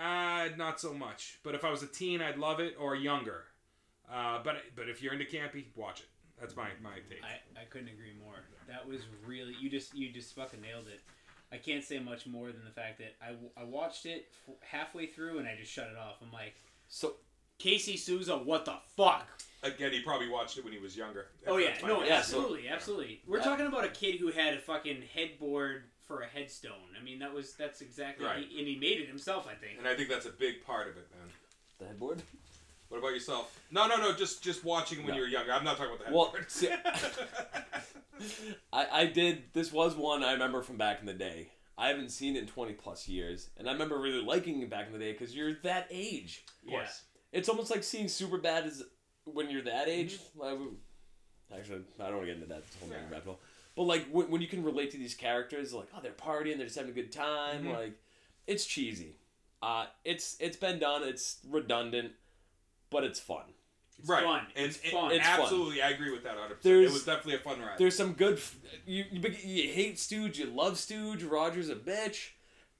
Speaker 2: Uh, not so much. But if I was a teen, I'd love it, or younger. Uh, but but if you're into campy, watch it. That's my my take.
Speaker 1: I, I couldn't agree more. That was really you just you just fucking nailed it. I can't say much more than the fact that I, w- I watched it f- halfway through and I just shut it off. I'm like
Speaker 3: So
Speaker 1: Casey Souza, what the fuck?
Speaker 2: Again, he probably watched it when he was younger.
Speaker 1: Oh yeah,
Speaker 2: That's my
Speaker 1: no,
Speaker 2: take.
Speaker 3: yeah, so-
Speaker 1: absolutely, absolutely. We're
Speaker 2: Uh,
Speaker 3: Yeah.
Speaker 1: talking about a kid who had a fucking headboard for a headstone. I mean, that was that's exactly,
Speaker 2: Right.
Speaker 1: and he made it himself, I think.
Speaker 2: And I think that's a big part of it, man.
Speaker 3: the headboard.
Speaker 2: What about yourself? No, no, no. Just just watching when
Speaker 3: No.
Speaker 2: you were younger. I'm not talking about the
Speaker 3: Well,
Speaker 2: headboard.
Speaker 3: see- I, I did. This was one I remember from back in the day. I haven't seen it in 20 plus years, and I remember really liking it back in the day because you're that age.
Speaker 2: of course.
Speaker 3: It's almost like seeing Superbad as when you're that age. I would- actually, I don't want to get into that whole thing
Speaker 2: Yeah.
Speaker 3: rabbit hole. But like when, when you can relate to these characters, like oh they're partying, they're just having a good time.
Speaker 2: Mhm.
Speaker 3: Like it's cheesy. Uh, it's it's been done. It's redundant, but it's fun.
Speaker 1: It's fun.
Speaker 2: And,
Speaker 1: It's
Speaker 2: and-
Speaker 1: fun.
Speaker 3: It's fun.
Speaker 2: absolutely, I agree with that 100%.
Speaker 3: There's-
Speaker 2: it was definitely a fun ride.
Speaker 3: There's some good. F- you, you beg- you hate Stooge, you love Stooge. Roger's a bitch.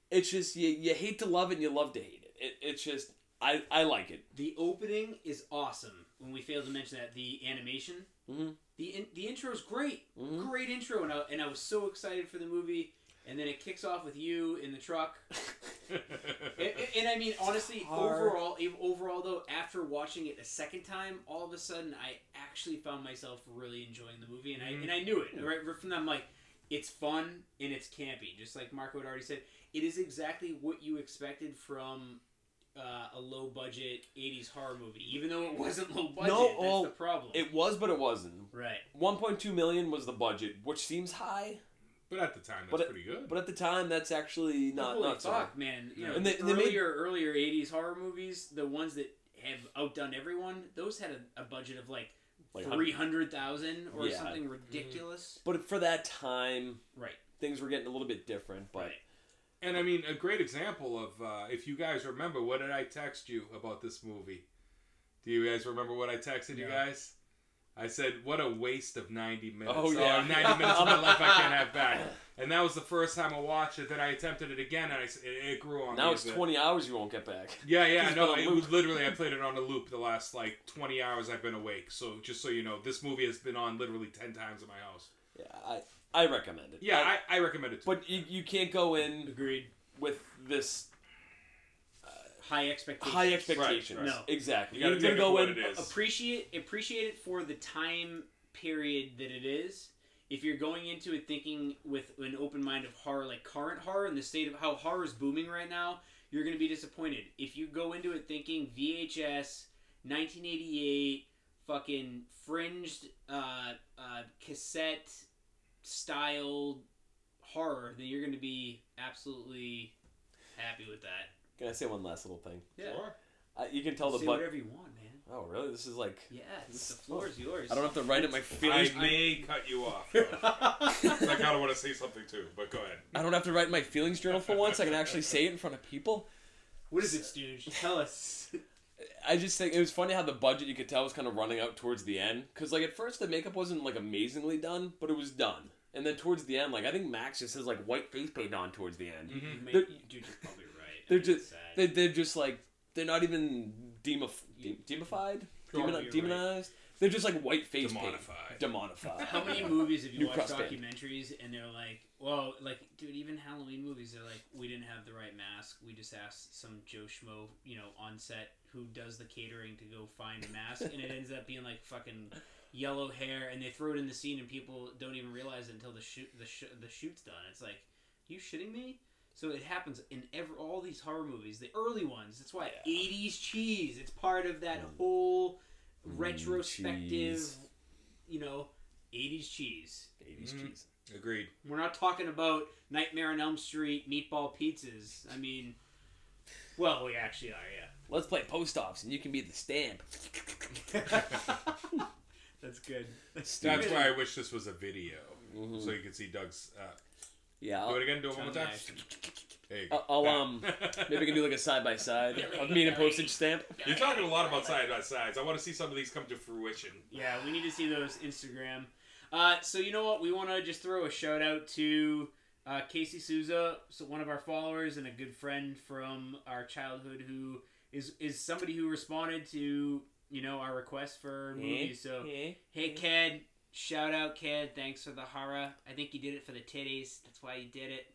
Speaker 3: It's just you, you hate to love it, and you love to hate it. it it's just I I like it.
Speaker 1: The opening is awesome. When we failed to mention that, the animation,
Speaker 2: Mm-hmm.
Speaker 3: Mhm.
Speaker 1: the in, the intro is great,
Speaker 3: Mhm.
Speaker 1: great intro, and I, and I was so excited for the movie. And then it kicks off with you in the truck, and, and I mean honestly,
Speaker 3: Tar.
Speaker 1: overall, ev- overall though, after watching it a second time, all of a sudden I actually found myself really enjoying the movie, and I
Speaker 2: Mhm.
Speaker 1: and I knew
Speaker 3: Mm-hmm.
Speaker 1: it right right from that. I'm like, it's fun and it's campy, just like Marco had already said. It is exactly what you expected from. Uh, a low budget 80s horror movie, even though it wasn't low budget. that's
Speaker 3: oh,
Speaker 1: the problem.
Speaker 3: It was, but it wasn't.
Speaker 1: Right.
Speaker 3: 1.2 million was the budget, which seems high,
Speaker 2: but at the time,
Speaker 3: But
Speaker 2: that's
Speaker 3: it-
Speaker 2: pretty good.
Speaker 3: but at the time that's actually not
Speaker 1: Holy
Speaker 3: not so.
Speaker 1: fuck, man. You know,
Speaker 3: And
Speaker 1: the
Speaker 3: they- and they made-
Speaker 1: earlier earlier '80s horror movies, the ones that have outdone everyone, those had a, a budget of like,
Speaker 3: Like
Speaker 1: three hundred thousand or
Speaker 3: Yeah. Mm-hmm.
Speaker 1: something ridiculous.
Speaker 3: But for that time,
Speaker 1: Right.
Speaker 3: things were getting a little bit different. But
Speaker 1: Right.
Speaker 2: and I mean, a great example of uh, if you guys remember, what did I text you about this movie? Do you guys remember what I texted you
Speaker 1: No.
Speaker 2: guys? I said, "What a waste of ninety minutes!
Speaker 3: Oh, yeah.
Speaker 2: ninety minutes of my life I can't have back." And that was the first time I watched it. Then I attempted it again, and I, s- it, it grew on.
Speaker 3: now
Speaker 2: me a
Speaker 3: it's
Speaker 2: bit.
Speaker 3: 20 hours you won't get back.
Speaker 2: Yeah, yeah,
Speaker 3: It's
Speaker 2: no,
Speaker 3: been a
Speaker 2: it
Speaker 3: loop.
Speaker 2: was literally I played it on a loop the last like 20 hours I've been awake. So just so you know, this movie has been on literally 10 times in my house.
Speaker 3: Yeah, I I recommend it.
Speaker 2: Yeah, I, I recommend it. To
Speaker 3: but you, you can't go in
Speaker 1: Agreed.
Speaker 3: with this
Speaker 1: High expectations.
Speaker 3: high expectations.
Speaker 2: right.
Speaker 1: No.
Speaker 3: Exactly.
Speaker 2: you gotta
Speaker 3: You're
Speaker 2: take
Speaker 3: gonna
Speaker 2: it
Speaker 3: go
Speaker 2: for what
Speaker 3: in-
Speaker 2: it is.
Speaker 1: Appreciate appreciate it for the time period that it is. If you're going into it thinking with an open mind of horror, like current horror and the state of how horror is booming right now, you're going to be disappointed. If you go into it thinking VHS, 1988, fucking fringed uh, uh, cassette style horror, then you're going to be absolutely happy with that.
Speaker 3: Can I say one last little thing?
Speaker 1: Yeah.
Speaker 2: Sure.
Speaker 3: Uh, you can tell the
Speaker 1: Say
Speaker 3: butt.
Speaker 1: whatever you want, man.
Speaker 3: Oh, really? This is like
Speaker 1: Yeah, it's- the floor is yours.
Speaker 3: I don't have to write it my feelings.
Speaker 2: I may cut you off. though. I kind of want to say something too, but go ahead.
Speaker 3: I don't have to write my feelings journal for once. I can actually say it in front of people.
Speaker 1: What is it, Stooge? Tell us.
Speaker 3: I just think it was funny how the budget you could tell was kind of running out towards the end because like at first the makeup wasn't like amazingly done, but it was done. And then towards the end, like I think Max just has like white face paint on towards the end.
Speaker 2: Mhm.
Speaker 1: You may-
Speaker 3: They're-
Speaker 1: dude, you're probably right. I
Speaker 3: They're
Speaker 1: mean, it's
Speaker 3: just
Speaker 1: sad.
Speaker 3: they, they're just like they're not even demof- de- demonified,
Speaker 1: Sure,
Speaker 3: Demon-
Speaker 1: you're
Speaker 3: demonized. They're just like white face
Speaker 2: Demonified.
Speaker 3: paint, demonified.
Speaker 1: How many movies have you
Speaker 3: New
Speaker 1: watched
Speaker 3: cross band.
Speaker 1: documentaries and they're like, well, like, dude, even Halloween movies, they're like, we didn't have the right mask. We just asked some Joe Schmo, you know, on set who does the catering to go find a mask, and it ends up being like fucking yellow hair, and they throw it in the scene, and people don't even realize it until the shoot the sh- the shoot's done. It's like, you shitting me? So it happens in every all these horror movies, the early ones. That's why
Speaker 3: Yeah.
Speaker 1: '80s cheese. It's part of that
Speaker 3: Mm.
Speaker 1: whole
Speaker 3: Mm,
Speaker 1: retrospective,
Speaker 3: cheese.
Speaker 1: you know, '80s cheese.
Speaker 3: 80s
Speaker 2: Mhm.
Speaker 3: cheese.
Speaker 2: Agreed.
Speaker 1: We're not talking about Nightmare on Elm Street meatball pizzas. I mean, well, we actually are, yeah.
Speaker 3: Let's play post ops and you can be the stamp.
Speaker 1: That's good.
Speaker 2: That's why I wish this was a video,
Speaker 3: Mhm.
Speaker 2: so you could see Doug's uh,
Speaker 3: Yeah,
Speaker 2: Do
Speaker 3: I'll,
Speaker 2: it again. Do it one more
Speaker 1: Tongue
Speaker 2: time.
Speaker 1: knife.
Speaker 2: There you go.
Speaker 3: I'll, I'll,
Speaker 2: That.
Speaker 3: um maybe I can do like a side by side of me and a postage stamp.
Speaker 2: You're talking a lot about side by sides. I want to see some of these come to fruition.
Speaker 1: Yeah, we need to see those Instagram. Uh, so you know what? We want to just throw a shout out to uh, Casey Souza, so one of our followers and a good friend from our childhood, who is is somebody who responded to you know our request for movies. So hey, Cad, shout out, Cad. Thanks for the horror. I think you did it for the titties. That's why you did it.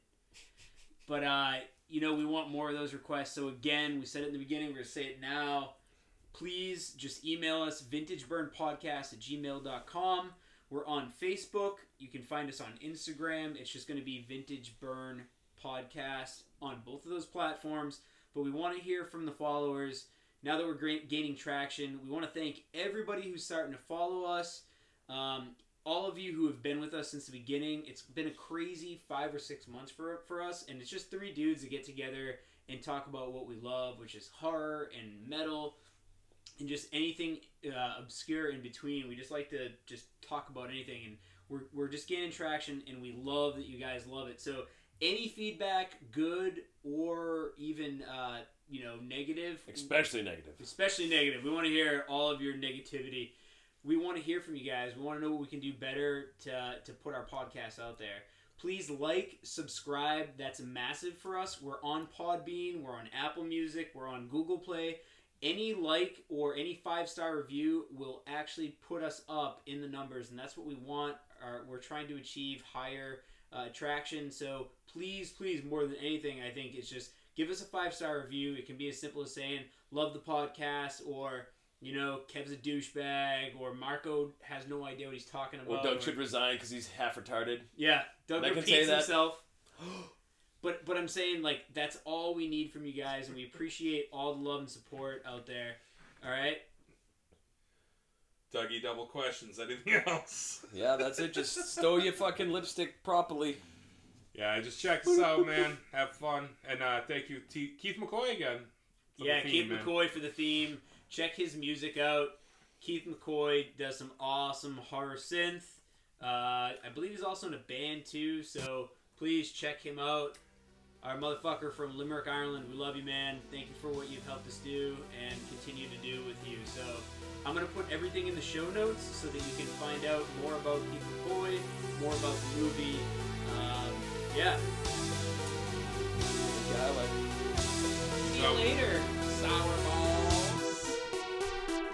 Speaker 1: But uh, you know, we want more of those requests. So again, we said it in the beginning. We're gonna say it now please just email us vintageburnpodcast at gmail.com we're on facebook you can find us on instagram it's just going to be vintage burn podcast on both of those platforms but we want to hear from the followers now that we're gra- gaining traction we want to thank everybody who's starting to follow us um, all of you who have been with us since the beginning it's been a crazy five or six months for, for us and it's just three dudes that get together and talk about what we love which is horror and metal and just anything uh, obscure in between. We just like to just talk about anything, and we're, we're just gaining traction, and we love that you guys love it. So any feedback, good or even uh, you know negative,
Speaker 3: Especially negative.
Speaker 1: especially negative. We want to hear all of your negativity. We want to hear from you guys. We want to know what we can do better to, to put our podcast out there. Please like, subscribe. That's massive for us. We're on Podbean, we're on Apple Music, we're on Google Play. Any like or any five star review will actually put us up in the numbers, and that's what we want. Our, we're trying to achieve higher uh, traction. So please, please, more than anything, I think it's just give us a five star review. It can be as simple as saying, love the podcast or you know kev's a douchebag or marco has no idea what he's talking
Speaker 3: Or
Speaker 1: about
Speaker 3: Doug should resign because he's half retarded.
Speaker 1: yeah doug
Speaker 3: They can
Speaker 1: repeats
Speaker 3: say that.
Speaker 1: himself but but i'm saying like that's all we need from you guys and we appreciate all the love and support out there all right
Speaker 2: Dougie double questions. Anything else?
Speaker 3: Yeah, that's it. Just stow your fucking lipstick properly.
Speaker 2: Yeah, just check this out, man. Have fun, and uh, thank you, T- Keith McCoy, again. for the
Speaker 1: yeah
Speaker 2: theme,
Speaker 1: keith
Speaker 2: man.
Speaker 1: mccoy for the theme check his music out keith mccoy does some awesome horror synth uh, i believe he's also in a band too so please check him out our motherfucker from limerick ireland we love you man thank you for what you've helped us do and continue to do with you so i'm going to put everything in the show notes so that you can find out more about keith mccoy more about the movie um, yeah
Speaker 3: Yeah, I like-
Speaker 1: see you
Speaker 2: So-
Speaker 1: later sour balls